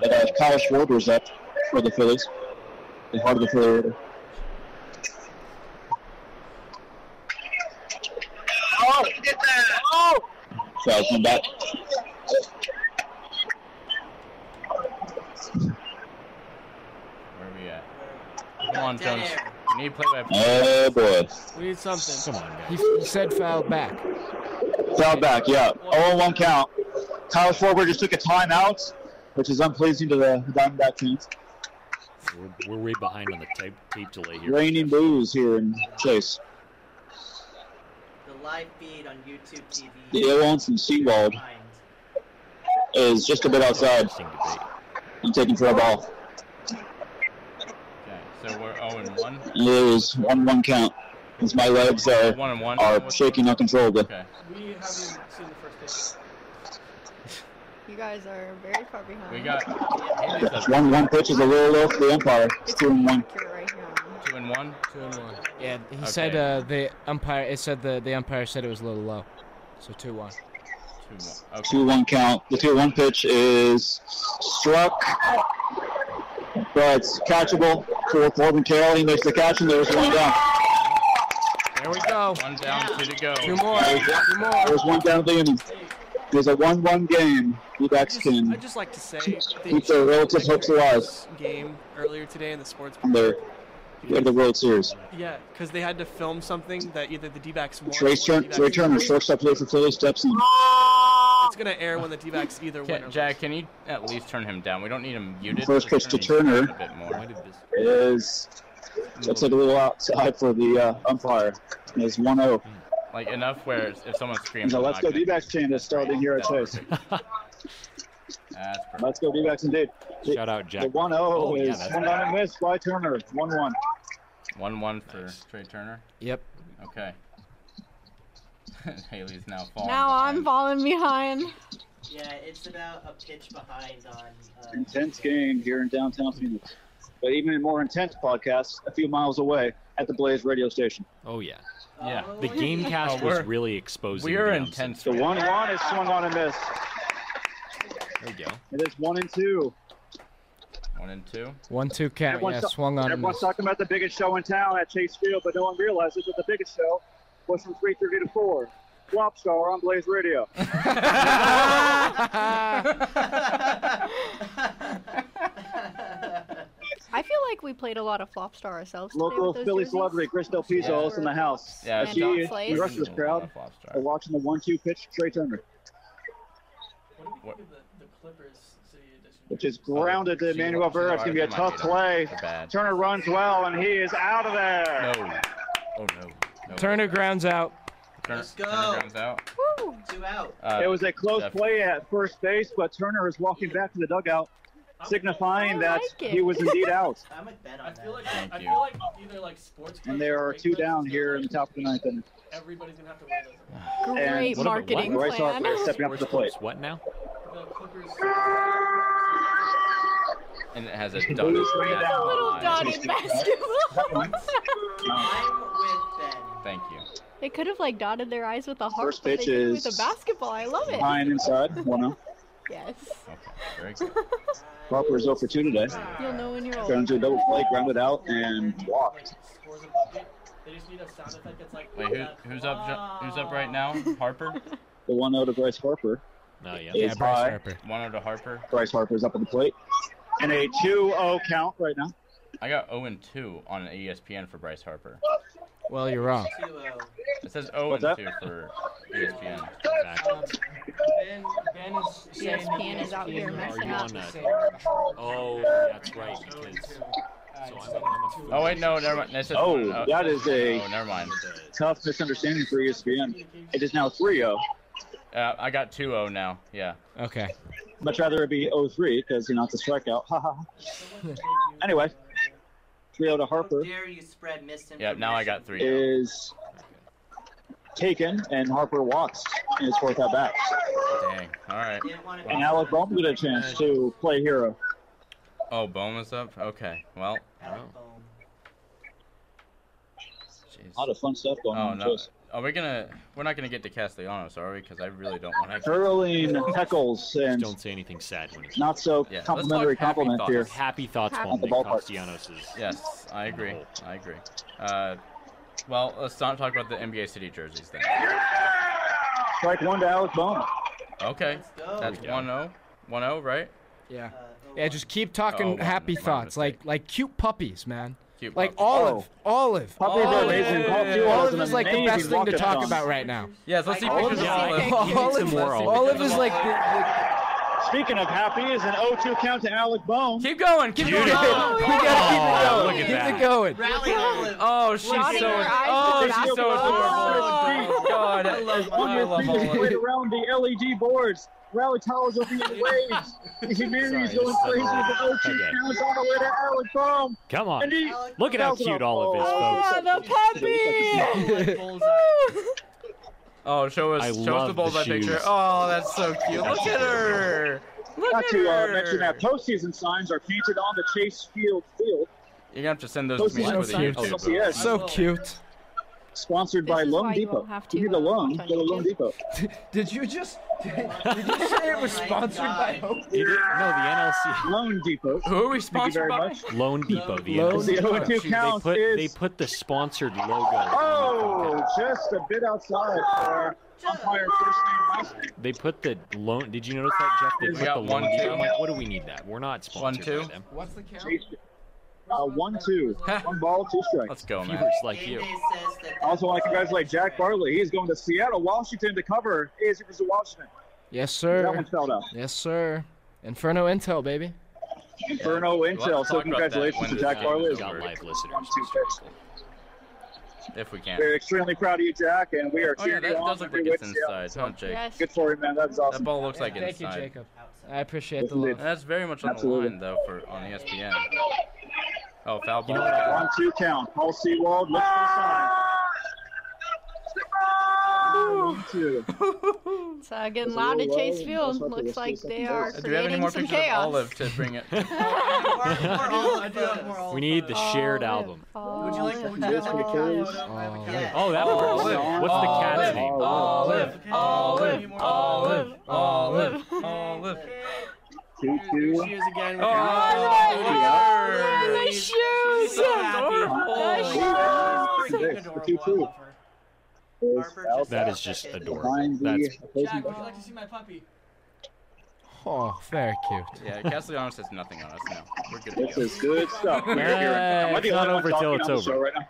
But uh, Kyle Schwarber is up for the Phillies. The heart of the Philly order. Oh, get that! Oh! So I'll come back.
Where are we at? Come on, Jones. You need play by play.
Oh boy.
We need something.
Come on, guys.
He, he said fouled back.
Foul back, yeah. 0 1 count. Kyle Schwarber just took a timeout, which is unpleasing to the Diamondback team.
We're, we're way behind on the tape, tape delay here.
Raining blues here in Chase.
The live feed on YouTube TV.
The Illinois from Seawald
Behind.
is just a bit outside.
Interesting debate.
I'm taking for a ball.
Okay, so we're 0 and 1.
It is 1 1 count. As my legs are,
1 and 1.
are
What's-
shaking uncontrollably.
Okay.
We haven't seen the first
You guys are very far behind.
We got Haley's up
1 1 pitch is a little low for the umpire. It's
it's
2 and 1.
inaccurate right here.
2 and 1.
Two and one.
Yeah, he said
Okay.
uh, the umpire. It said the the umpire said it was a little low, so two one.
2 and 1. Okay.
2 1 count. The 2 1 pitch is struck, but it's catchable for Corbin Carroll. He makes the catch, and there's one down.
There we go.
1 down, 2 to go.
Two more. Two more.
There's one down at the inning. There's a 1 1 game. D-backs
I
can.
just like to say that
Keep their relative hopes alive.
Game earlier today in the sports.
They're, they're the World Series.
Yeah, because they had to film something that either the D-backs won.
Trace
or the
Turn,
D-backs
Trey Turner, shortstop play for Philly, steps in.
It's gonna air when the D-backs either win.
Can,
or
Jack, can you at least turn him down? We don't need him muted.
First
Just
pitch to
turn him
Turner.
down A bit
Why
more.
did this?
Is looks like a little outside for the uh, umpire. It's 1 0.
Like enough where if someone screams,
So
I'm
oh. let's
not
go
gonna-
D backs chant is starting here at
That's
Chase.
perfect. That's perfect.
Let's go D backs indeed. The
Shout out,
the
Jack.
1
Oh,
0
yeah,
is
that's
one down and missed by Turner. 1 1.
One one for Trey Turner.
Yep.
Okay. Haley's now falling.
Now I'm
behind.
falling behind.
Yeah, it's about a pitch behind on. Uh,
Intense game here in downtown Phoenix. But even a more intense podcast a few miles away at the Blaze radio station.
Oh yeah.
Yeah,
Oh,
The Gamecast
Oh,
was
we're-
really exposing.
We are
the
intense.
The
right
1 1 is swung on and missed.
upset. There we go.
It is 1 and 2.
now. One and two.
One two count.
Everyone's
Yeah,
ta-
swung on. and
Everyone's
missed.
talking about the biggest show in town at Chase Field, but no one realizes that the biggest show was from 3:30 to 4. Flop Star on Blaze Radio.
I feel like we played a lot of Flopstar ourselves. today
Local
with those
Philly
jerseys.
celebrity Crystal Pizzo is in the house.
Yeah,
As
she-
she
And
and
Don Slays.
the rest of this crowd are watching the one-two pitch to Trey Turner,
What-
which is grounded to
She-
Emmanuel
she
Vera. It's going to be a
might
tough
be
play.
Bad.
Turner runs well, and he is out of there.
No. Oh no. no.
Turner grounds out.
Turner,
Let's go.
Turner grounds out.
Woo.
Two out.
Uh,
It was a close
Jeff.
play at first base, but Turner is walking back to the dugout, signifying
Oh, I
that
like it.
he was indeed out.
I'm a bet on
I feel like
that.
Thank
I
you.
feel like either like sports.
And there are two down here in the top of the ninth inning.
Everybody's gonna have to wear those.
Great
What about
marketing
what?
Royce
plan.
Harper stepping up to
We're
the plate.
close. What now?
The Clippers.
and it has a dotted.
A little
line.
dotted basketball.
I'm with Ben.
Thank you.
they could have like dotted their eyes with a heart,
First
but
pitch
they did it with
is-
a basketball. I love it.
Ryan inside, one up.
Yes.
Okay. Very good.
Harper is 0 for 2 today.
You'll know when you're
Turned
old.
into a double play, grounded out, and walked.
Scores a bucket. They just need a sound effect that's like.
Wait, who, who's up? Jo- Who's up right now? Harper.
The 1 0 to Bryce Harper
Oh yeah.
Yeah,
is
Bryce
high.
Harper.
One over to Harper.
Bryce Harper is up on the plate. And a 2 0 count right now.
I got 0 and 2 on E an ESPN for Bryce Harper.
Well, you're wrong.
Too low.
It says 0 and
What's
2 for E ESPN.
Um, ben, ben is saying that
ESPN is out here
ESPN
Are
messing
you
up.
on that?
saying that it's
Oh, that's right.
oh and
Because
two. Uh,
so
it's
I'm a-
like
I'm a
two
fool.
Oh wait, no, never mind. That's just
Oh,
one.
that is a-
Oh, never mind.
Tough misunderstanding for E ESPN. It is now 3 0.
Uh, I got 2-0 now. Yeah.
Okay.
Much rather it be 03 because, you know, it's a strikeout. Ha ha. ha.
Someone take you-
Anyway, 3 0 to
How
Harper
dare you spread misinformation?
Yeah. Now I got three.
is taken, and Harper walks in his fourth at bat.
Dang. All right.
Didn't want to
And Alec Baldwin get a chance to play hero.
Oh, Boma's up. Okay. Well.
Alec Baldwin.
Jeez.
A lot of fun stuff going
Oh
on.
no.
Just
Are we gonna? We're not gonna get to Castellanos, are we? Because I really don't want to.
hurling heckles
Just
and
don't say anything sad when it's
not so
Yeah, let's
complimentary
talk happy
compliments
thoughts.
here.
happy thoughts
Happy-
while
At the
Nick
ballpark.
Castellanos is.
Yes, I agree. I agree. Uh, well, let's not talk about the NBA City jerseys then.
Strike one to Alec Baldwin.
Okay.
Let's go.
That's
we go.
1-0. 1-0, right?
Yeah.
Uh, oh,
Yeah, just keep talking
Oh, my-
happy
my
thoughts,
mistake. Oh.
like like cute puppies, man.
Cute
Like
puppy.
Olive, Olive.
Puppy
Oh,
Olive,
yeah, yeah, yeah,
yeah,
yeah.
Olive is like the best thing to talk about right now.
Yes, let's see
Like,
pictures of
yeah, I
Olive.
think-
Give me some
Olive,
more Olive.
Olive is like the,
Speaking of happy, is an 0-2 count to Alec Bone.
Keep going. Keep going.
we
Olive.
Oh,
gotta
look
keep
at
it going. Keep
that.
it going.
Rally, Olive.
Oh, she's so
Shouting her eyes
oh,
to the
she's so adorable.
basketball.
Oh, God, I love, I
Wonder
love
if he played
Olive.
around the LED boards. Rally towers over the waves. The Humanity's
Sorry,
going
uh,
this is
crazy
unbelievable.
with
Okay.
the 0-2 counts all the way to Alec Bone.
Come
And
on.
he-
Look at how cute Olive is, folks.
Ah,
Oh,
the puppy!
Like bullseye.
Oh, show us,
I
show us
love
the
the
bullseye
shoes.
picture. Oh, that's so cute. Look at her. Look
Not
at
to uh,
her.
mention that postseason signs are painted on the Chase Field field,
You're gonna have to send those to me
Postseason
for the
signs.
YouTube.
So, yes.
So cute.
sponsored
This
by
is why
Loan
you
Depot.
all have
If you
to,
need a
uh,
loan,
watch on
go to Loan
YouTube.
Depot.
Did you just did you say it was
Oh my
sponsored by
God.
Hope?
Did it? No, the NLC.
Loan Depot.
Who are we
Thank you
sponsored
very
by?
much.
Loan Depot, the
Loan
NLC.
The 0
They
count
put,
is...
they put the sponsored logo. on the
Oh,
bucket.
just a bit outside for umpire first name last name.
They put the loan. Did you notice that, Jeff? They
We
put
got
the
one,
loan
two.
depot. I'm like, what do we need that? We're not
One,
sponsored
two.
by them.
What's the count?
Chase Field. Uh, one, two. one ball, two strikes.
Let's go, Oh, man.
Viewers like
Game
you.
Day says that that
Also want to
was-
congratulate Jack Bartley. He's going to Seattle, Washington to cover ASU versus Washington.
Yes,
That one
sir.
fell out.
Yes, sir. Inferno Intel, baby.
Inferno Intel.
Let's
So
talk about that
congratulations
when
to
this
Jack
game
Bartley.
is
Got
over.
live listeners.
One, two, six.
If we can.
We're extremely proud of you, Jack, and we are
Oh yeah,
cheering
that
you on.
does look
every
like it's
way to Seattle.
inside. Oh, Jake.
Yes.
Good for you, man. That's
That
awesome.
ball looks like it's
Thank you,
inside.
Jacob. I appreciate the
Isn't it-
love.
That's very much on the
Absolutely.
line though for on E ESPN. Oh, foul ball.
One, two count. Paul Seawald looks for the sign. One, two.
It's uh, getting
There's a
loud at
little
Chase
row,
Field.
that's what
Looks
the
like
rest of the
they
second
are
is.
Do we have any
creating
more
some
pictures
chaos.
of Olive to bring it?
We're- we're all of us.
We need the
Oh,
shared
Olive,
album.
Would you like? Would you
Olive,
guys like a
Olive.
photo? I have a
Olive.
cat.
Oh, that
Oh,
works.
Olive.
What's the cat's
Olive.
name?
Oh,
Olive, Olive, Olive, Olive, Olive.
Two,
Here she
two.
is again.
Oh, look at her.
The shoes!
So happy.
Oh,
She's freaking
six, the two,
adorable. I
two.
love her.
Is
Harper
out
just
That
said
is just
it.
adorable.
behind the
That's
opposing
Jack, would you
bucket.
like to see my puppy?
Oh, very cute.
Yeah, Castellanos says nothing on us now. We're good to
This
go.
is good stuff.
Hey,
Am I
it's
the
not
only one
over till
talking
it's
on the
over.
show right now?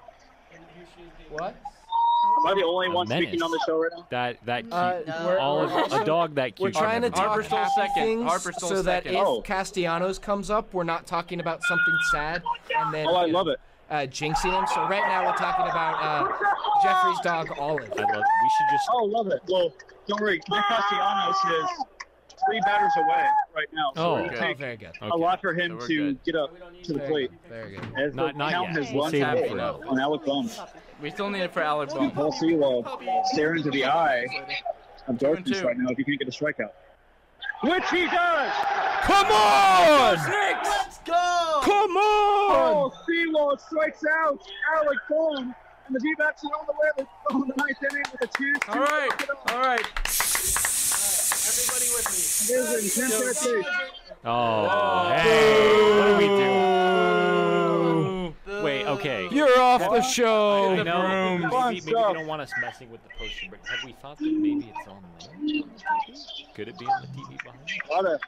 And here she is being
What?
nice.
Am I the only
A
one speaking
menace.
on the show right now?
That that cute.
Uh,
No.
we're,
Olive,
we're also-
a dog that cute.
We're trying to talk
Harper stole
happy
second.
things
Harper stole
so that
second.
if
Oh.
Castellanos comes up, we're not talking about something sad and then
Oh, I love it.
uh, jinxing him. So right now we're talking about uh, Jeffrey's dog Olive.
I love. We should just.
Oh, love it. Well, don't worry. Nick Castellanos is three batters away right now. So
Oh,
it'll
okay.
Oh,
take
very good.
a
okay.
lot for
So
him
we're
to
good.
get up
We don't need
to the
Very
plate.
good. Very good.
As
Not-
the
not
count
yet.
has
We'll
one
save
hit
it for now.
on Alec Bones.
We still need it for Alec Bone.
Paul Sewell staring into the eye of darkness
two.
right now if he can't get a strikeout. Which he does!
Come on!
Let's go!
Come
Oh.
on!
Paul Sewell Oh, strikes out Alec Bones, and the D-backs are on the way to on the ninth inning with a chance to
All right,
knock it off.
all right.
Everybody with me.
It is an intense chase.
Oh, hey, what do we do? Wait, okay.
You're off the
What?
I
Oh,
show.
know.
brooms.
Fun
Maybe, maybe they
stuff.
don't want us messing with the poster, but have we thought that maybe it's on the Could it be on the TV behind?
A lot of,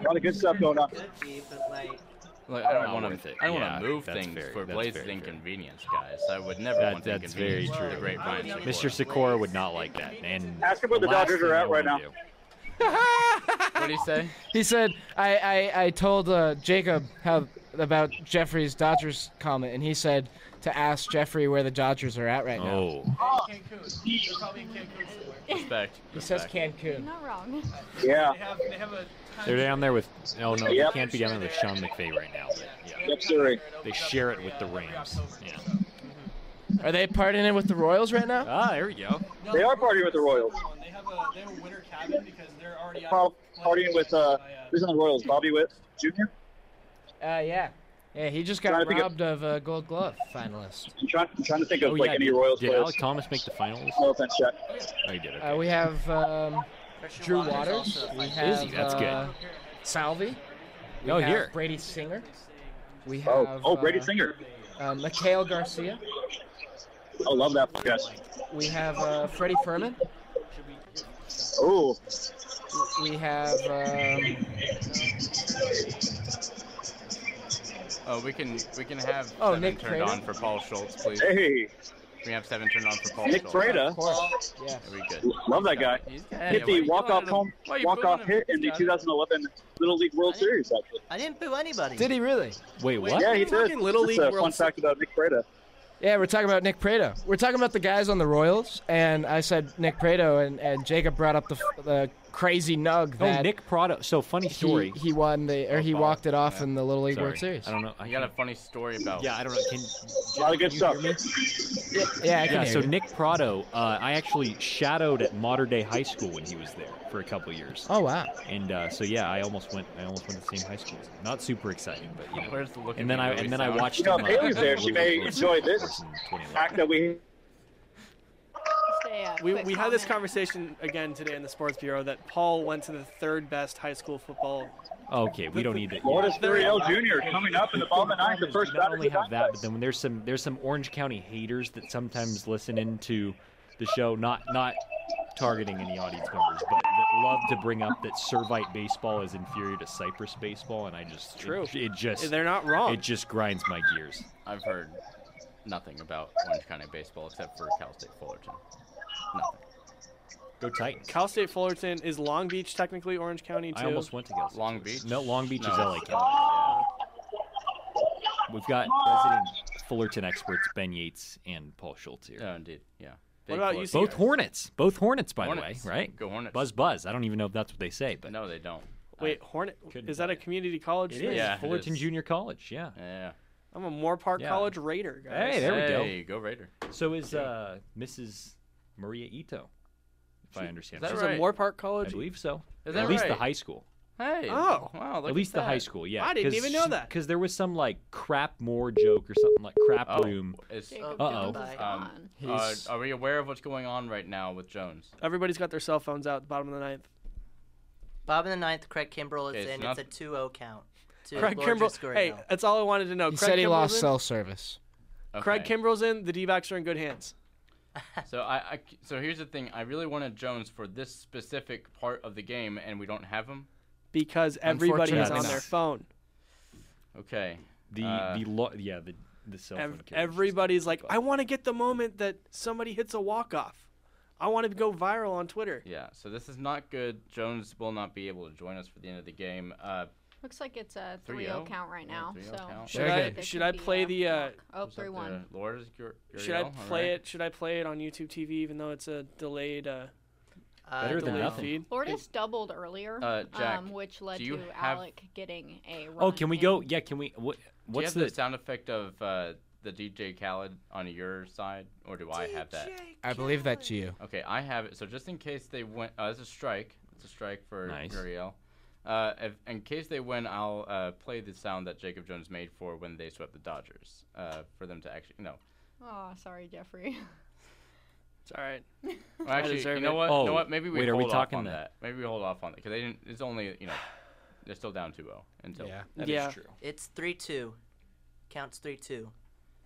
a lot of good stuff going on.
Could be, but like,
Look, I don't
Not
want
worth
to.
it.
I don't
Yeah,
want to move
that's
things
very-
for
that's
Blaze's
very fair.
inconvenience, guys. I would never
That-
want to
that's very
inconvenience
true.
the great Brian Secora.
Mr. Sikora would not like that. And
Ask him where the
last
Dodgers
thing
are at
you'll
right now.
wanna do.
What do you say?
He said, I, I, I told uh, Jacob how about Jeffrey's Dodgers comment, and he said to ask Jeffrey where the Dodgers are at right now.
Oh,
Cancun. They're probably in Cancun somewhere.
Respect.
He says
respect.
Cancun.
Not wrong.
Yeah.
They have, they have a.
they're down there with. Oh no,
Yep.
they can't be down there with Sean McVay right now. But yeah,
Yep, Surrey.
they share it
uh,
with the Rams. Yeah.
Are they partying with the Royals right now?
Ah, there we go.
No,
They are
the Royals
partying with the Royals.
are the one. They have a they have a winter cabin because they're already out
Par-
of
Partying with uh, who's on the Royals? Bobby Witt Jr.
Uh, yeah. Yeah, he just
Trying
got
to think of-
robbed of a Gold Glove finalist.
I'm trying, I'm trying to think of
Oh,
like
yeah,
any
did-
Royals
Did
players.
Alec Thomas make the finals?
No offense, Jack.
Oh, he did. Okay.
Uh, we have um, Drew Waters. We have
Izzy, that's good.
uh, Salvi. We
Oh,
have
here.
Brady Singer. We have
Oh, oh, Brady
uh,
Singer.
Uh, Mikhail Garcia.
Oh, love that podcast.
We have uh, Freddie Furman.
Oh,
We have um,
Oh, we can we can have
Oh,
seven
Nick
turned
Freda?
on for Paul Schultz, please.
hey,
We have seven turned on for Paul
Nick
Schultz.
Freda.
of course. Yeah.
Are we good?
Love that guy.
He's
Hit the walk-off home, walk-off hit in the 2011 Little League World Series. Actually,
I didn't boo anybody.
Did he really?
Wait, what?
yeah, he did.
Fucking Little
That's
League
a
World
fun fact about Nick Freda.
Yeah, we're talking about Nick Prado. We're talking about the guys on the Royals, and I said Nick Prado, and, and Jacob brought up the, f- the crazy nug
Oh,
that
Nick Prado. So funny
he,
story.
he won the or he
Oh,
walked it off
yeah.
in the Little League
Sorry.
World Series.
I don't know. I
I got a
gotta.
funny story about.
Yeah, I don't know. Can,
A lot of good stuff.
Yeah, I can
yeah,
hear
so
you.
Nick Prado, uh, I actually shadowed at Modern Day High School when he was there for a couple years,
Oh wow.
and uh, so yeah, I almost went. I almost went to the same high school. Not super exciting, but you know.
Where's the look?
And then I and then I watched.
You know,
him, uh,
Haley's there. She
Little
may
League World
enjoy
Series
this
in 2011.
fact that we
Say a
We,
quick
we had this
comment.
conversation again today in the Sports Bureau that Paul went to the third best high school football.
Okay, we don't need that.
Florida
yeah.
3-0 Junior coming up in the bottom of the ninth, the first
not
batter of
only
the
have that, but
contest.
then there's some there's some Orange County haters that sometimes listen into the show, not not targeting any audience members, but that love to bring up that Servite baseball is inferior to Cypress baseball, and I just
True.
It, it just
They're not wrong.
it just grinds my gears.
I've heard nothing about Orange County baseball except for Cal State Fullerton. Nothing.
Go Titans.
Cal State Fullerton is Long Beach technically Orange County too.
I almost went to Cal State.
Long Beach.
No, Long Beach
No,
is LA
it's-
County.
yeah.
We've got resident Fullerton experts Ben Yates and Paul Schultz here.
Oh, indeed. Yeah.
What about
Bigfoot.
UC?
Both Hornets. Both Hornets, by
Hornets.
the way, right?
Go Hornets.
Buzz buzz. I don't even know if that's what they say, but
No, they don't.
Wait, Hornet
Couldn't
is that
tell
a community college?
It
thing?
is
Yeah, it
Fullerton
is.
Junior College. Yeah.
I, yeah.
I'm a Moore Park
Yeah.
College Raider guy.
Hey, there we go.
Hey, go Raider.
So is uh, Mrs. Maria Ito, if I understand.
that
right.
She's
right?
a Moore Park
I
College.
believe so.
Is
At
that
least the
right?
high school.
Hey.
Oh.
Wow. Look
At least the high
that.
school. Yeah.
I didn't even know that.
Because there was some like crap more joke or something like crap
Oh,
room.
Is,
Jacob
Uh-oh.
Jones is
Um,
gone.
uh,
He's-
are we aware of what's going on right now with Jones?
Everybody's got their cell phones out at the bottom of the ninth.
Bob in the ninth, Craig Kimbrell
Okay,
is
it's
in.
not-
It's a 2-0 count. To
Craig
Lord
Kimbrell.
Jiscorino.
Hey, that's all I wanted to know.
He
Craig
said he
Kimbrell's
lost
in?
cell service.
Craig
Okay.
Kimbrell's in. The D-backs are in good hands.
So I, I c- so here's the thing. I really wanted Jones for this specific part of the game, and we don't have him.
because everybody is
Unfortunately
on
not.
their phone.
Okay.
The
Uh,
the lo- yeah the the cell phone.
Ev-
carrier.
everybody's like, I want to get the moment that somebody hits a walk off. I want to go viral on Twitter.
Yeah. So this is not good. Jones will not be able to join us for the end of the game. Uh,
Looks like it's a 3-0,
3-0?
count right now.
oh? Yeah, 3-0
so
count.
Should
Very
I
good.
should I play the uh,
Oh,
who's up
3-1.
there? Lord is Gur-
should I
Gurriel? All
play
right.
it should I play it on YouTube TV even though it's a delayed uh,
Uh,
Better than
delayed
nothing.
feed?
Lourdes doubled earlier,
Uh, Jack,
um, which led
do you
to
have-
Alec getting a run
Oh, can we
in.
go? Yeah, can we? What,
Do you
what's
have
the?
the, sound effect of uh, the DJ Khaled on your side, or do I have that?
I believe that's you.
Okay, I have it. So just in case they win, uh, it's a strike. It's a strike for
Nice.
Gurriel. Uh, if, in case they win, I'll uh, play the sound that Jacob Jones made for when they swept the Dodgers. Uh, for them to actually no,
Oh, sorry, Jeffrey.
It's all right.
Well, actually, you
deserve
know
it.
what? you know
Oh,
what? Maybe we
wait, are we
hold
talking
off on
the-
that. Maybe we hold off on that because they didn't. It's only you know they're still down 2-0 until
Yeah.
that is
yeah.
true.
It's 3-2. Counts 3-2.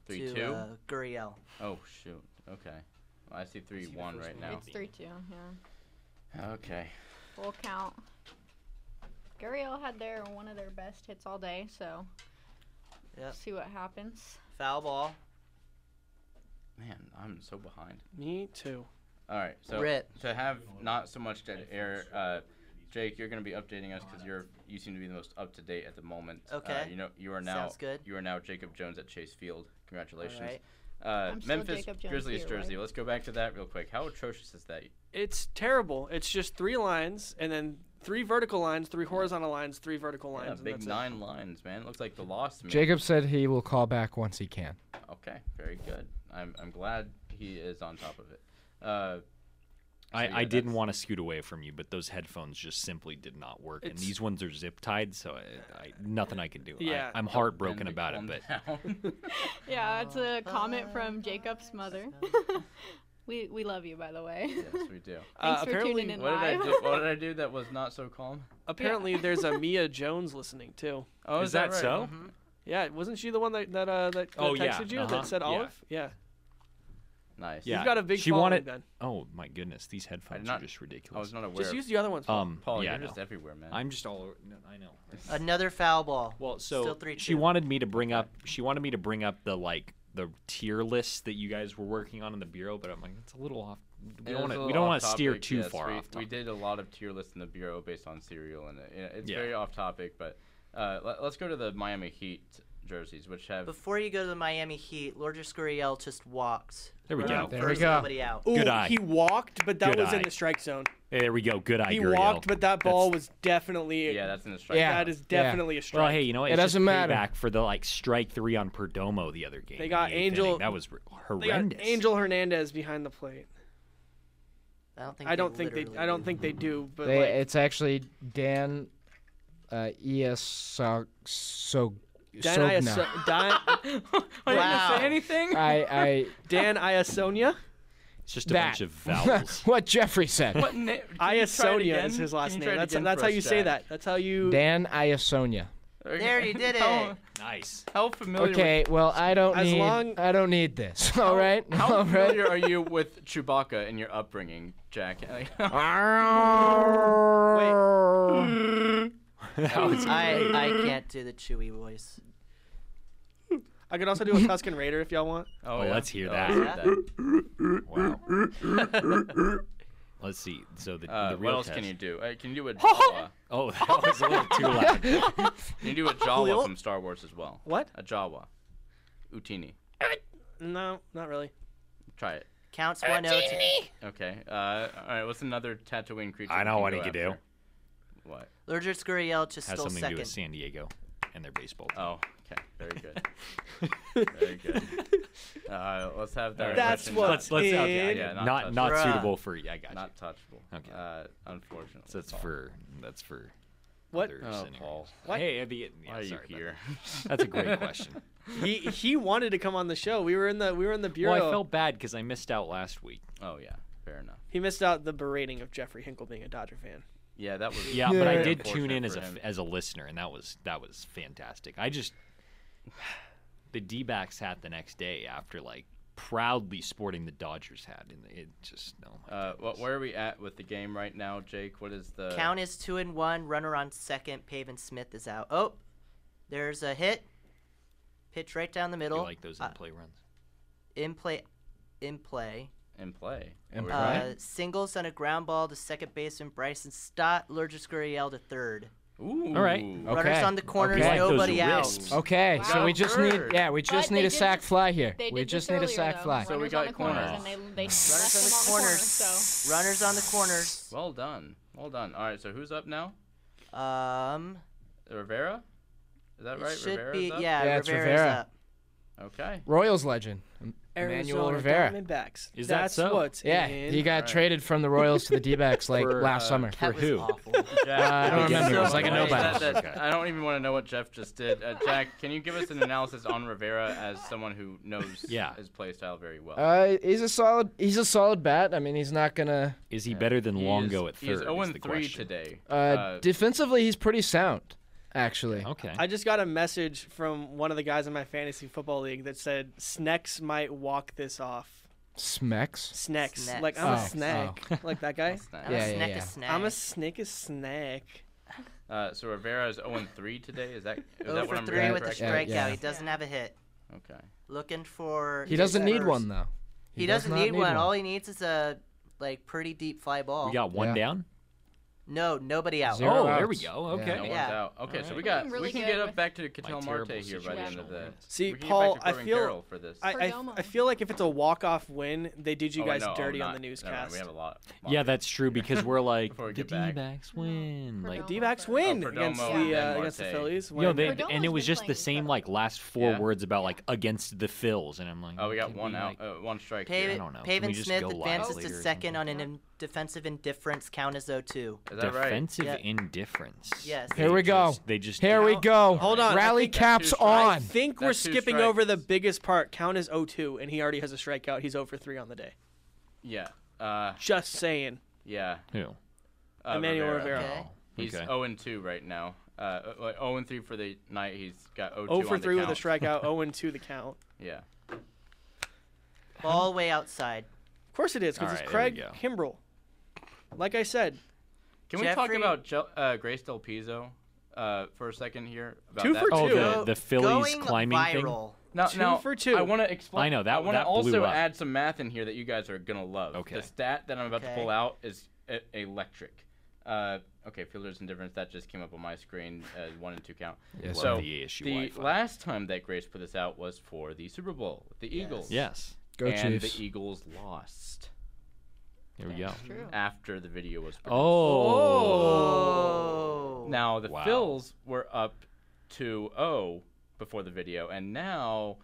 three
to,
two.
Uh, Gurriel.
Oh shoot. Okay. Well, I see three one right now.
It's 3-2, yeah.
Okay.
Full count. Guriel had their one of their best hits all day, so
Yep.
See what happens.
Foul ball.
Man, I'm so behind.
Me too.
All right, so
Rip.
to have not so much dead air, uh, Jake, you're going to be updating us because you're you seem to be the most up to date at the moment. Uh,
Okay.
you know you are now
Sounds good.
you are now Jacob Jones at Chase Field. Congratulations.
Alright.
Uh,
I'm still
Memphis
Jacob Jones
Grizzlies
here,
jersey.
right?
Let's go back to that real quick. How atrocious is that?
It's terrible. It's just three lines and then three vertical lines, three horizontal lines, three vertical
Yeah,
lines. and
big
that's it.
nine lines, man. Looks like the loss. to me.
Jacob said he will call back once he can.
Okay, very good. I'm I'm glad he is on top of it. Uh,
I,
yeah,
I didn't
that's-
want to scoot away from you, but those headphones just simply did not work. And
It's-
these ones are zip tied, so I, I, nothing I can do.
Yeah.
I, I'm heartbroken about it, but
Yeah, it's a comment from Jacob's mother. we we love you, by the way.
yes, we do.
Thanks for
apparently,
tuning in
Uh, What did I
live.
do? What did I do that was not so calm?
apparently there's a Mia Jones listening too.
Oh,
Is that so?
Mhm.
Yeah, wasn't she the one that that uh, that, that
Oh, yeah,
texted you
uh-huh,
that said
yeah.
Olive? Yeah,
Nice.
yeah,
you've got a big.
She
following,
wanted.
Ben.
Oh my goodness, these headphones
not-
are just
I was
ridiculous.
not aware.
Just
of-
use the other ones. Paul.
um,
Paul,
yeah,
you're just
no.
everywhere, man.
I'm just all. over- No, I know.
Another foul ball.
Well, so
Still 3-2.
she wanted me to bring up. She wanted me to bring up the like the tier list that you guys were working on in the bureau, but I'm like, it's a little off. We
It
don't
is
want
a
to. We
little
don't want
off
to steer
topic,
too
yes.
far
we,
off.
We
topic.
did a lot of tier lists in the bureau based on cereal, and it- it- it's
Yeah.
very off topic. But uh, let, us go to the Miami Heat jerseys, which have
Before you go to the Miami Heat, Lourdes Gurriel just walked.
There we
Right
go.
up
There we
first
go.
Somebody out.
Ooh,
Good eye.
he walked, but that
Good
was
eye.
in the strike zone.
There we go. Good eye.
He
Guriel.
walked, but that ball was definitely.
yeah, that's in the strike.
Yeah.
that is definitely a strike.
Well, hey, you know what?
It
It's just
doesn't matter.
payback for the like strike three on Perdomo the other game.
They
in
got
the eighth
Angel-
inning. That was r-
they got
horrendous.
Angel Hernandez behind the plate.
I don't think.
I don't think they. I don't think they do. But
They,
like,
it's actually Dan uh, E.S. So, so,
Dan
Sogna.
Iaso- Dan,
I
didn't Wow. say
anything.
I,
Dan Iasonia.
It's just a
that.
bunch of
I
vowels.
what Jeffrey said.
Iasonia is his last name. That's that's how you say that. That's how you.
Dan Iasonia.
There you did
How,
it.
nice.
how familiar?
Okay, well I don't
As
need
long-
I don't need this. All right,
With, how
all right.
familiar are you with Chewbacca and your upbringing, Jack?
I I can't do the Chewy voice.
I could also do a Tuscan Raider if y'all want.
Oh, let's hear that. Wow. Let's see. So the,
Uh,
the
what
real
else can
test-
you do? Uh, can you do a Jawa?
Oh, that was a little too loud.
Can you do a Jawa from Star Wars as well?
What?
A Jawa. Utini.
No, not really.
Try it.
Counts one zero.
Okay. Uh, all right. What's another Tatooine creature?
I know
we
what
go
he could do.
after? What?
Lourdes Gurriel just
Has
stole
something to do
second.
with San Diego and their baseball. Team.
Oh, okay. Very good. Very good. Uh, let's have that.
That's
question
what-
not-
Let's let's out. Yeah,
in-
yeah,
Not
not
touch.
not
Bruh.
suitable for. I got you.
not touchable.
Okay.
Uh, unfortunately.
So that's
Paul.
for that's for.
What?
other
Oh,
scenarios.
Paul.
Hey, Abby. Yeah,
Why are you
sorry about
here?
that. That's a great question.
He he wanted to come on the show. We were in the we were in the bureau.
Well, I felt bad because I missed out last week.
oh yeah. Fair enough.
He missed out the berating of Jeffrey Hinkle being a Dodger fan.
Yeah, that was.
Yeah, but I
very
did tune in
unfortunate
as
for
a
him.
as a listener, and that was that was fantastic. I just the D-backs hat the next day after like proudly sporting the Dodgers hat, and it just no. my
Uh,
goodness.
what, where are we at with the game right now, Jake? What is
Uh,
the
Count is two and one. Runner on second. Paven Smith is out. Oh, there's a hit. Pitch right down the
Do you
middle.
like those
Uh,
in play runs?
in play. In play.
in play?
In
Or-
play? Right.
Uh, singles on a ground ball to second baseman Bryson Stott. Lourdes Gurriel to third.
Ooh.
All right.
Runners
Okay.
on the corners.
Okay.
Like those
Nobody out.
wrists.
Okay, so we
Wow.
just need
Bird.
yeah we just
But
need
they
a
did
sack
this-
fly here.
They
We
did
just
this
need a
earlier,
sack
though.
fly.
So we
Runners on
got
the corners,
corners.
and they, they
Runners on the
left them on the corners.
corners.
So
Runners on the corners.
Well done. Well done. All right. So who's up now?
Um,
Rivera? Is that
it
right?
should
Rivera's
be
up?
yeah.
Yeah, it's
Rivera's
Rivera.
up.
Okay.
Royals legend Em- Emmanuel Rivera.
Diamondbacks.
Is that
That's
so?
what's
Yeah,
in.
he got traded from the Royals to the D-backs like
For,
last
uh,
summer. Uh,
That was
who?
awful.
I
Jack,
don't
can you
remember. It
give
was like a
us-
nobody.
that- that- I don't even want to know what Jeff just did. Uh, Jack, can you give us an analysis on Rivera as someone who knows
Yeah.
his play style very well?
Uh, he's a solid. He's a solid bat. I mean, he's not gonna.
Is he better than
He
Longo
is-
at
He's
third? is the
0-3
question.
today.
Uh, defensively, he's pretty sound, actually.
Okay.
I just got a message from one of the guys in my fantasy football league that said Snecks might walk this off.
Smecks.
Snecks.
Snecks.
Like I'm a
Oh,
snack. Like that guy.
That's nice.
I'm
Yeah,
a
yeah,
snack
yeah.
a snack.
I'm a snake a snack.
Uh, so Rivera is 0 3 today. Is that, is
Over
that what I'm
Oh, three
reading
with a
correctly?
Yeah,
strikeout.
yeah.
He doesn't have a hit.
Okay.
Looking for.
He doesn't need
first.
one though.
He, doesn't
does not
need, one. All he needs is a like pretty deep fly ball.
We got one
Yeah.
down.
No, nobody out.
Zero
oh, there we
outs.
go.
Yeah.
Okay.
No one's
Yeah.
out. Okay, so we
Alright.
got
Doing really
we can
good
get up
with
back to
My
Cattell Marte
terrible
here by the end of
situational
the.
awareness.
We
See,
can get back
Paul,
to
I
Corbin
feel
Carroll for this.
I, I,
Perdomo.
I feel like if it's a walk off win, they did you
Oh, I
guys
know, oh,
dirty
not-
on the
never mind,
newscast.
We have a lot.
Yeah, that's true because we're like
Before we
the
get back.
D-backs win.
For
Like,
no-
D backs win
Oh, Perdomo
and
against the
then
uh, against the
Marte.
Phillies.
you know, they,
Perdomo's
and it was
been
just
playing
the same
better.
like last four
Yeah.
words about like against the Phils, and I'm like,
Oh, we got
could
one
be,
out.
like-
uh, one strike. here.
I
Paven,
don't know. Can we
Paven
just
Smith
go live
advances
later
to
or
second
something?
on an in- defensive indifference count as 0-2.
Is that right?
defensive
Yeah.
indifference.
Yes.
They
Here we go.
just- they just
Here we go.
Hold on, I
Rally
think
caps
two
I
on.
strikes.
think
That's two
we're skipping over the
strikes.
biggest part. Count is 0-2, and he already has a strikeout. He's over three on the day.
Yeah. Uh,
Just saying.
yeah.
Who?
Uh,
Emmanuel Rivera.
Okay.
Oh.
He's
Okay.
0 and 2 right now. Uh, like 0 and 3 for the night. He's got 0 2
0
on
for
the
three with a
count.
strikeout. 0 and two the count.
Yeah.
Ball way outside.
Of course it is because
Alright,
it's
there we go.
Craig Kimbrell. Like I said,
Can we talk
Jeffrey-
about Je- uh, Grace Del Pizzo uh, for a second here? About
Two
that-
for
Oh,
two.
the, the Phillies
Going
climbing thing.
viral.
Now,
Two
now,
for two.
I want to explain.
I know, that-
I want to
that
also
blew up.
add some math in here that you guys are gonna love.
Okay.
The stat that I'm about
Okay.
to pull out is e- electric. Uh, okay, fielders indifference. That just came up on my screen. Uh, one and two count.
Yes,
so
love the ASU
the
Wi-Fi.
last time that Grace put this out was for the Super Bowl, the Eagles.
Yes.
Go
and
Chiefs.
the Eagles lost
Here we go.
True.
after the video was produced.
Oh.
Oh.
Now the
Wow.
Phils were up 2-0 before the video, and now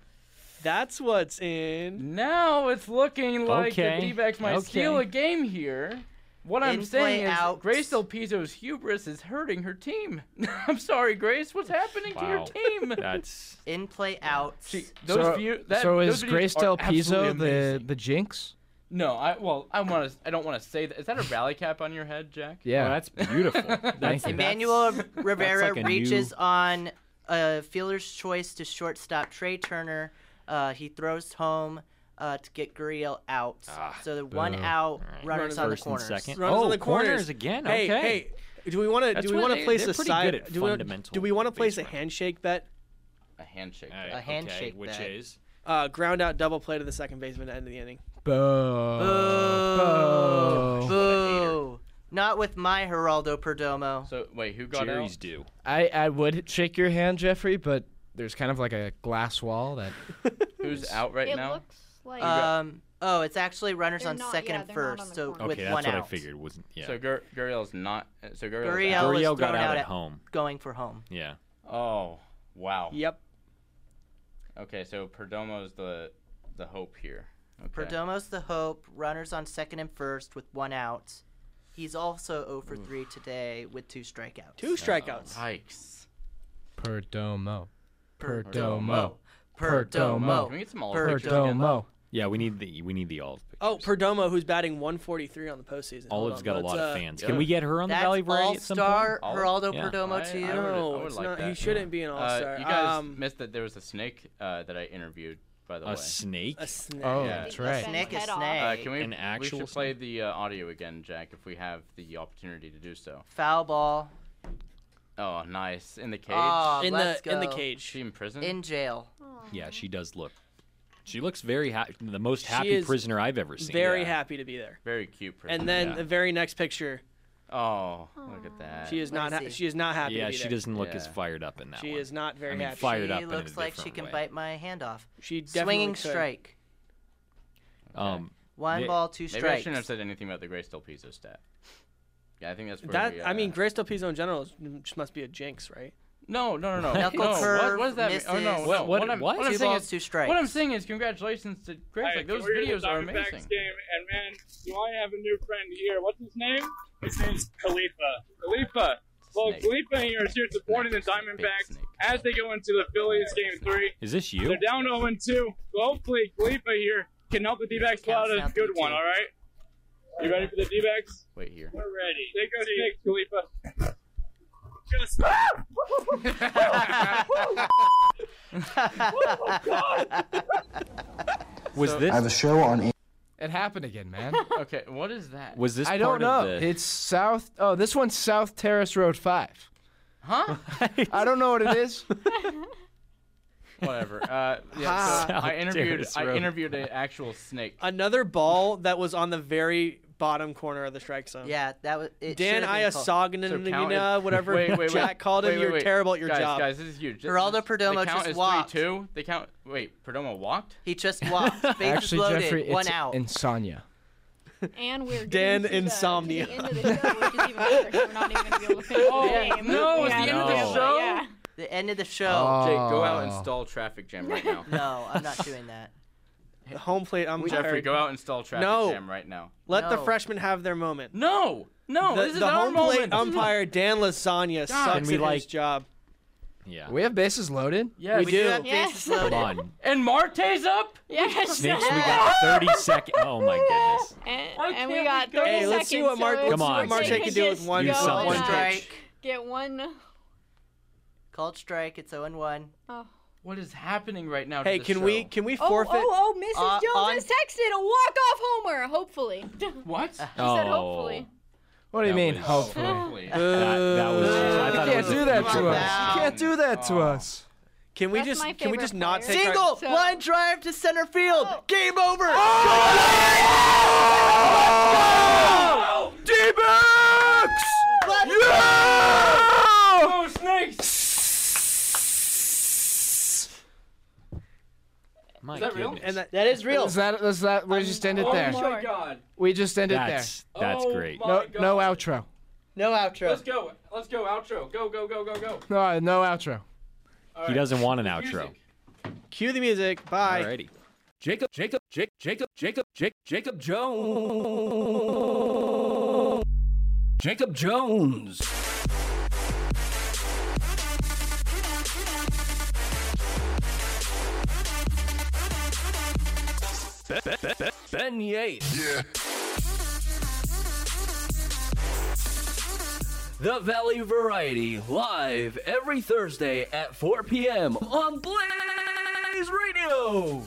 that's what's in.
now it's looking like
Okay.
the D-backs might
Okay.
steal a game here. What I'm
In
saying
play
is
out.
Grace Del Pizzo's hubris is hurting her team. I'm sorry, Grace. What's happening
Wow.
to your team?
That's
In play out.
She- those
so,
view- that-
so is
those videos
Grace
are
Del
absolutely
Pizzo the
amazing.
the jinx?
No, I well, I want to. I don't want to say that. Is that a rally cap on your head, Jack?
oh, that's beautiful. That's,
you.
Emmanuel Rivera
like a
reaches
new-
on a fielder's choice to shortstop Trey Turner. Uh, he throws home uh, to get Gurriel out. so the one
boo.
out,
Ah, All right.
runners on the
First and
corners.
second.
Runners
oh,
on the corners.
again.
Hey,
okay.
hey, do we want to
That's
do we
where
want
they-
to place
they're
a
pretty
side?
good at
do we,
fundamental
do we want to
base
place a
running.
handshake bet?
A handshake.
All right,
A handshake
okay, which
bet.
is
Uh, ground out double play to the second baseman at the end of the inning.
Boo.
Boo.
Boo. Not with my Geraldo Perdomo.
So wait, who got
Jerry's
out?
due.
I, I would shake your hand, Jeffrey, but there's kind of like a glass wall that
Who's out right
it
now? Uh,
looks like
Um, oh, it's actually runners
They're
on
not-
second
yeah,
and
they're not on
first,
the
so
corner.
Okay,
with
that's
one
what
out.
I figured. Wasn't yeah.
So Gur- Gurriel's not. uh, So Gurriel's
Gurriel
out.
was
Gurriel
thrown
got out,
out
at
at-
home.
Going for home.
Yeah.
Oh, wow.
Yep.
Okay, so Perdomo's the the hope here. Okay.
Perdomo's the hope. Runners on second and first with one out. He's also 0 for 3 today with two strikeouts.
Two strikeouts.
Yikes.
Perdomo.
Perdomo.
Perdomo.
Can we
Perdomo.
get some olive
Perdomo.
pictures again?
Perdomo.
Yeah, we need the we need the Olive pictures.
Oh, Perdomo, who's batting 143 on the postseason. Hold
Olive's
on,
got a
let's,
lot of
uh,
fans.
yeah.
Can we get her on the
That's
Valley Variety at some
all-star
point?
Geraldo
Yeah.
Perdomo
I-
too.
I would-
No,
I would
it's
like
not.
that.
He shouldn't be an
Uh,
all-star.
you guys
Oh, um,
missed that there was a snake uh, that I interviewed, by the
A
way.
snake.
a snake.
Oh,
Yeah.
that's right.
Snake is
Head off.
snake.
Uh, can we,
An actual
we should play the uh, audio again, Jack, if we have the opportunity to do so.
Foul ball.
Oh, nice. In the cage?
Oh,
in the
let's
in the
go.
Is
cage.
she in prison?
In jail.
Yeah, she does look. She looks very happy. The most
She
happy
is
prisoner I've ever seen.
Very
yeah.
happy to be there.
Very cute prison.
And then
Yeah.
the very next picture,
Oh, look at that.
she is
Let
not.
me
Ha-
see.
she is not happy.
yeah,
to be
she
there.
doesn't look as
Yeah.
fired up in that
She
one.
is not very
I mean,
happy.
fired
she
up in a
looks like she
different
can
way.
bite my hand off.
She definitely
Swinging
could.
strike.
Um,
One
Yeah.
ball, two
Maybe I
strikes.
shouldn't have said anything about the Grace Del Pizzo stat. Yeah, I think that's where
That
we,
I
uh,
mean, Grace Del Pizzo in general is- just must be a jinx, right?
No, no, no, no.
Knuckle
no,
curve,
what, what does that mean? Oh,
misses.
no. What,
What-
I'm,
what?
I'm
Two
saying
balls,
is,
two strikes.
What I'm saying is, congratulations to Grace.
Hey,
Like, those
we're here at
videos
the
are
Diamondbacks
amazing.
Game, and man, do I have a new friend here? What's his name? His name's Khalifa. Khalifa. Well,
Snake.
Khalifa here is here supporting the
Snake, snake, big
Diamondbacks
snake.
as they go into the Phillies game three.
is this
They're
you?
down 0 2. So hopefully, Khalifa here can help the D backs pull out a
Counts down
good one,
three, two.
all right? You ready for the D backs?
Wait here.
We're ready. Take us, Nick Khalifa. Just
Was
So-
this?
I have a show on
It happened again, man.
Okay, what is that?
Was this
I don't
part of
know.
the-
It's South. Oh, this one's South Terrace Road Five.
Huh?
I don't know what it is.
Whatever. Uh, yeah, so
Ah.
I interviewed.
Terrace
I
Road.
interviewed an actual snake.
Another ball that was on the very bottom corner of the strike zone.
Yeah, that was. It
Dan
should've been called-
So
Iasognan,
count is-
whatever
wait, wait, wait,
Jack called
wait,
him,
wait,
you're
wait.
terrible at your
guys,
job.
Guys, this is huge. This-
Geraldo
this-
Perdomo
the count
just
is
walked.
Three, two. They count. Wait, Perdomo walked.
He just walked. Bases
Actually,
loaded.
Jeffrey, it's
one out.
insomnia.
And we're getting
Dan
to the- to
Insomnia.
The, end of the show, which is even better, 'cause we're not even gonna be able to finish
Oh,
the game.
no,
it's the end of the
yeah,
show?
Yeah.
the end of the show.
Oh.
Jake, go out
Ah.
and stall traffic jam right now.
No, I'm not doing that.
The home plate umpire.
Jeffrey, go out and stall traffic
No.
jam right now.
Let the
No.
freshmen have their moment.
No, no,
the
Oh, this is
the
our
home
moment.
plate umpire Dan Lasagna
Can
sucks
we,
at his
like-
job.
Yeah.
We have bases loaded.
yeah,
we
We
do.
do have bases
Yes.
Come
loaded.
on.
And Marte's up.
Yes.
Snakes, we got 30 seconds. Oh my goodness.
And,
Why
and
can't
we got
we go?
30
Hey, let's
seconds.
see what Mark,
so
let's
it's-
see
on,
what Mark
Jake.
can do with one,
You
just
suck.
go
one
and
Strike.
pitch.
Get one. uh,
Called strike. It's 0 and 1.
Oh,
What is happening right now? to
Hey,
the
can
show?
we can we
oh,
forfeit?
oh, oh, Mrs.
Uh,
Jones
on-
has texted a walk-off homer, hopefully. She
What?
said
Oh.
hopefully.
What do you
That
mean?
was-
Oh.
Hopefully.
That, that was. I
You
thought it
can't
was a-
do that to
Come
us.
on.
You can't do that to
Oh.
us.
Can we
That's
just
my
can we
favorite
just not
player.
take our-
Single,
So-
line drive to center field.
Oh.
Game over.
D-backs!
Let's
Yeah!
Oh, snakes!
My
Is that real?
goodness.
And that,
That is real.
Is that, is that, we just end it
Oh
there.
my god.
We just end it there.
That's that's
Oh
great.
my
No,
God.
no outro.
No
Let's
outro.
go. Let's go. Outro. Go, go, go, go, go.
No, no outro.
He doesn't want an outro.
cue the music. Bye.
Alrighty.
Jacob, Jacob, Jacob, Jacob, Jacob, Jacob, Jacob Jones. Jacob Jones. Ben Yates. The Valley Variety, live every Thursday at 4 p.m. on Blaze Radio.